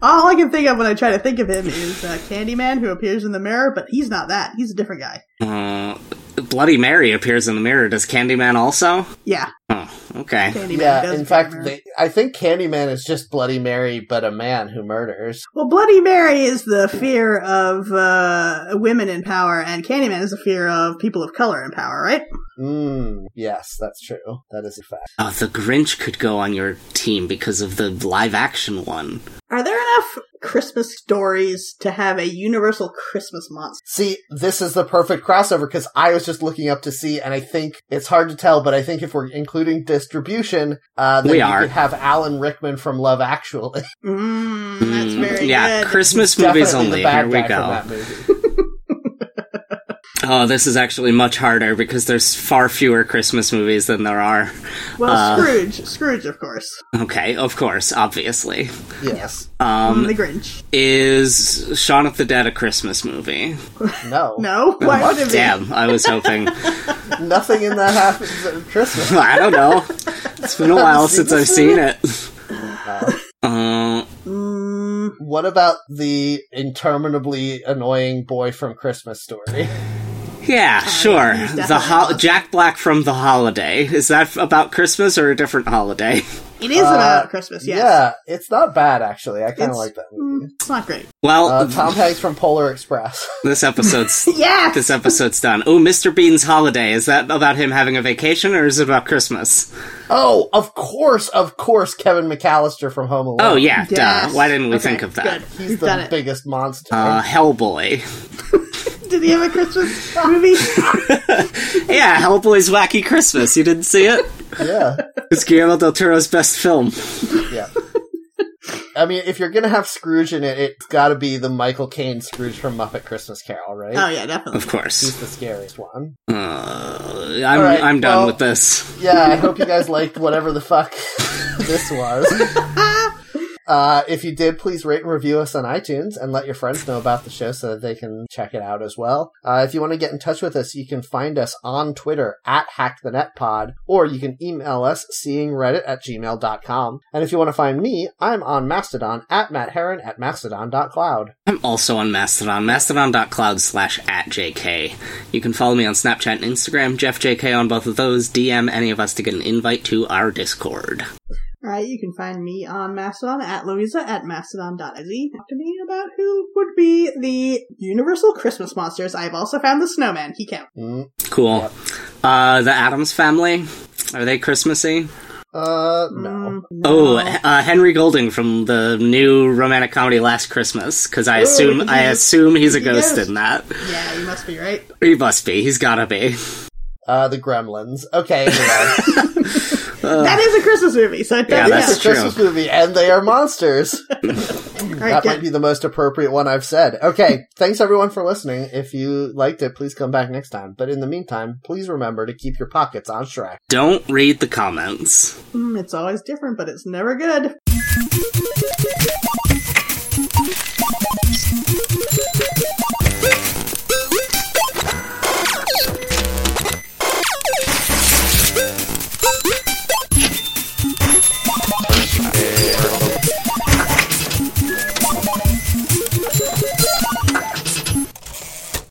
All I can think of when I try to think of him is uh, Candyman, who appears in the mirror, but he's not that. He's a different guy. Uh, Bloody Mary appears in the mirror. Does Candyman also? Yeah, Oh, okay. Candyman. yeah, does in appear the fact, mirror. they, I think Candyman is just Bloody Mary, but a man who murders. well, Bloody Mary is the fear of uh, women in power, and Candyman is the fear of people of color in power, right? Mm, yes, that's true. That is a fact. Oh, the Grinch could go on your team because of the live action one. Are there enough Christmas stories to have a universal Christmas monster? See, this is the perfect crossover because I was just looking up to see, and I think it's hard to tell, but I think if we're including distribution, uh, then We you are. could have Alan Rickman from Love Actually. Mm, that's Mm, very yeah, good. Christmas Definitely movies only. the bad Here we guy go. From that movie. Oh, this is actually much harder because there's far fewer Christmas movies than there are. well, uh, Scrooge, Scrooge, of course, Okay, of course, obviously. yes. Uh, um, Um, the Grinch. is Shaun of the Dead a Christmas movie? No. No, why would it be? uh, Damn, I was hoping. Nothing in that happens at Christmas. I don't know. It's been a while seen since this I've seen it. Uh, Uh, Mm, what about the interminably annoying boy from Christmas Story? yeah, sure. Oh, he's The definitely ho- not. Jack Black from The Holiday. Is that f- about Christmas or a different holiday? it is about Christmas. Yes. Yeah, it's not bad actually. I kind of It's- like that. Mm, it's not great. Well, Uh, Tom Hanks from Polar Express. this episode's Yeah. this episode's done. Oh, Mr. Bean's holiday. Is that about him having a vacation or is it about Christmas? oh, of course, of course, Kevin McAllister from Home Alone. Oh yeah, Yes. duh. Why didn't we Okay, think of that? Good. he's We've done the it. biggest monster. Uh, Hellboy. Did he have a Christmas movie? yeah, Hellboy's Wacky Christmas. You didn't see it? yeah, It's Guillermo del Toro's best film. yeah. I mean, if you're gonna have Scrooge in it, it's got to be the Michael Caine Scrooge from Muppet Christmas Carol, right? oh yeah, definitely. Of course. He's the scariest one. Uh, I'm All right, I'm done well- with this. Yeah, I hope you guys liked whatever the fuck this was. Uh, if you did, please rate and review us on iTunes and let your friends know about the show so that they can check it out as well. Uh, if you want to get in touch with us, you can find us on Twitter at HackTheNetPod, or you can email us seeingreddit at gmail.com. And if you want to find me, I'm on Mastodon at Matt Heron at Mastodon.cloud. I'm also on Mastodon, mastodon.cloud slash at JK. You can follow me on Snapchat and Instagram, JeffJK on both of those. DM any of us to get an invite to our Discord. All right, you can find me on Mastodon at Louisa at mastodon.iz. Talk to me about who would be the universal Christmas monsters. I've also found the snowman. He counts. Mm, Cool. Uh, the Adams family? Are they Christmassy? uh, no. Mm, Oh, uh, Henry Golding from the new romantic comedy Last Christmas, because I assume I he's- assume he's a he's a ghost ghost. in that. Yeah, you must be right. He must be. He's gotta be. Uh, the Gremlins. Okay, anyway. that is a Christmas movie, so it Yeah, does It is that's a true. Christmas movie, and they are monsters. count. All right, that good. might be the most appropriate one I've said. Okay, thanks everyone for listening. If you liked it, please come back next time. But in the meantime, please remember to keep your pockets on Shrek. Don't read the comments. Mm, it's always different, but it's never good.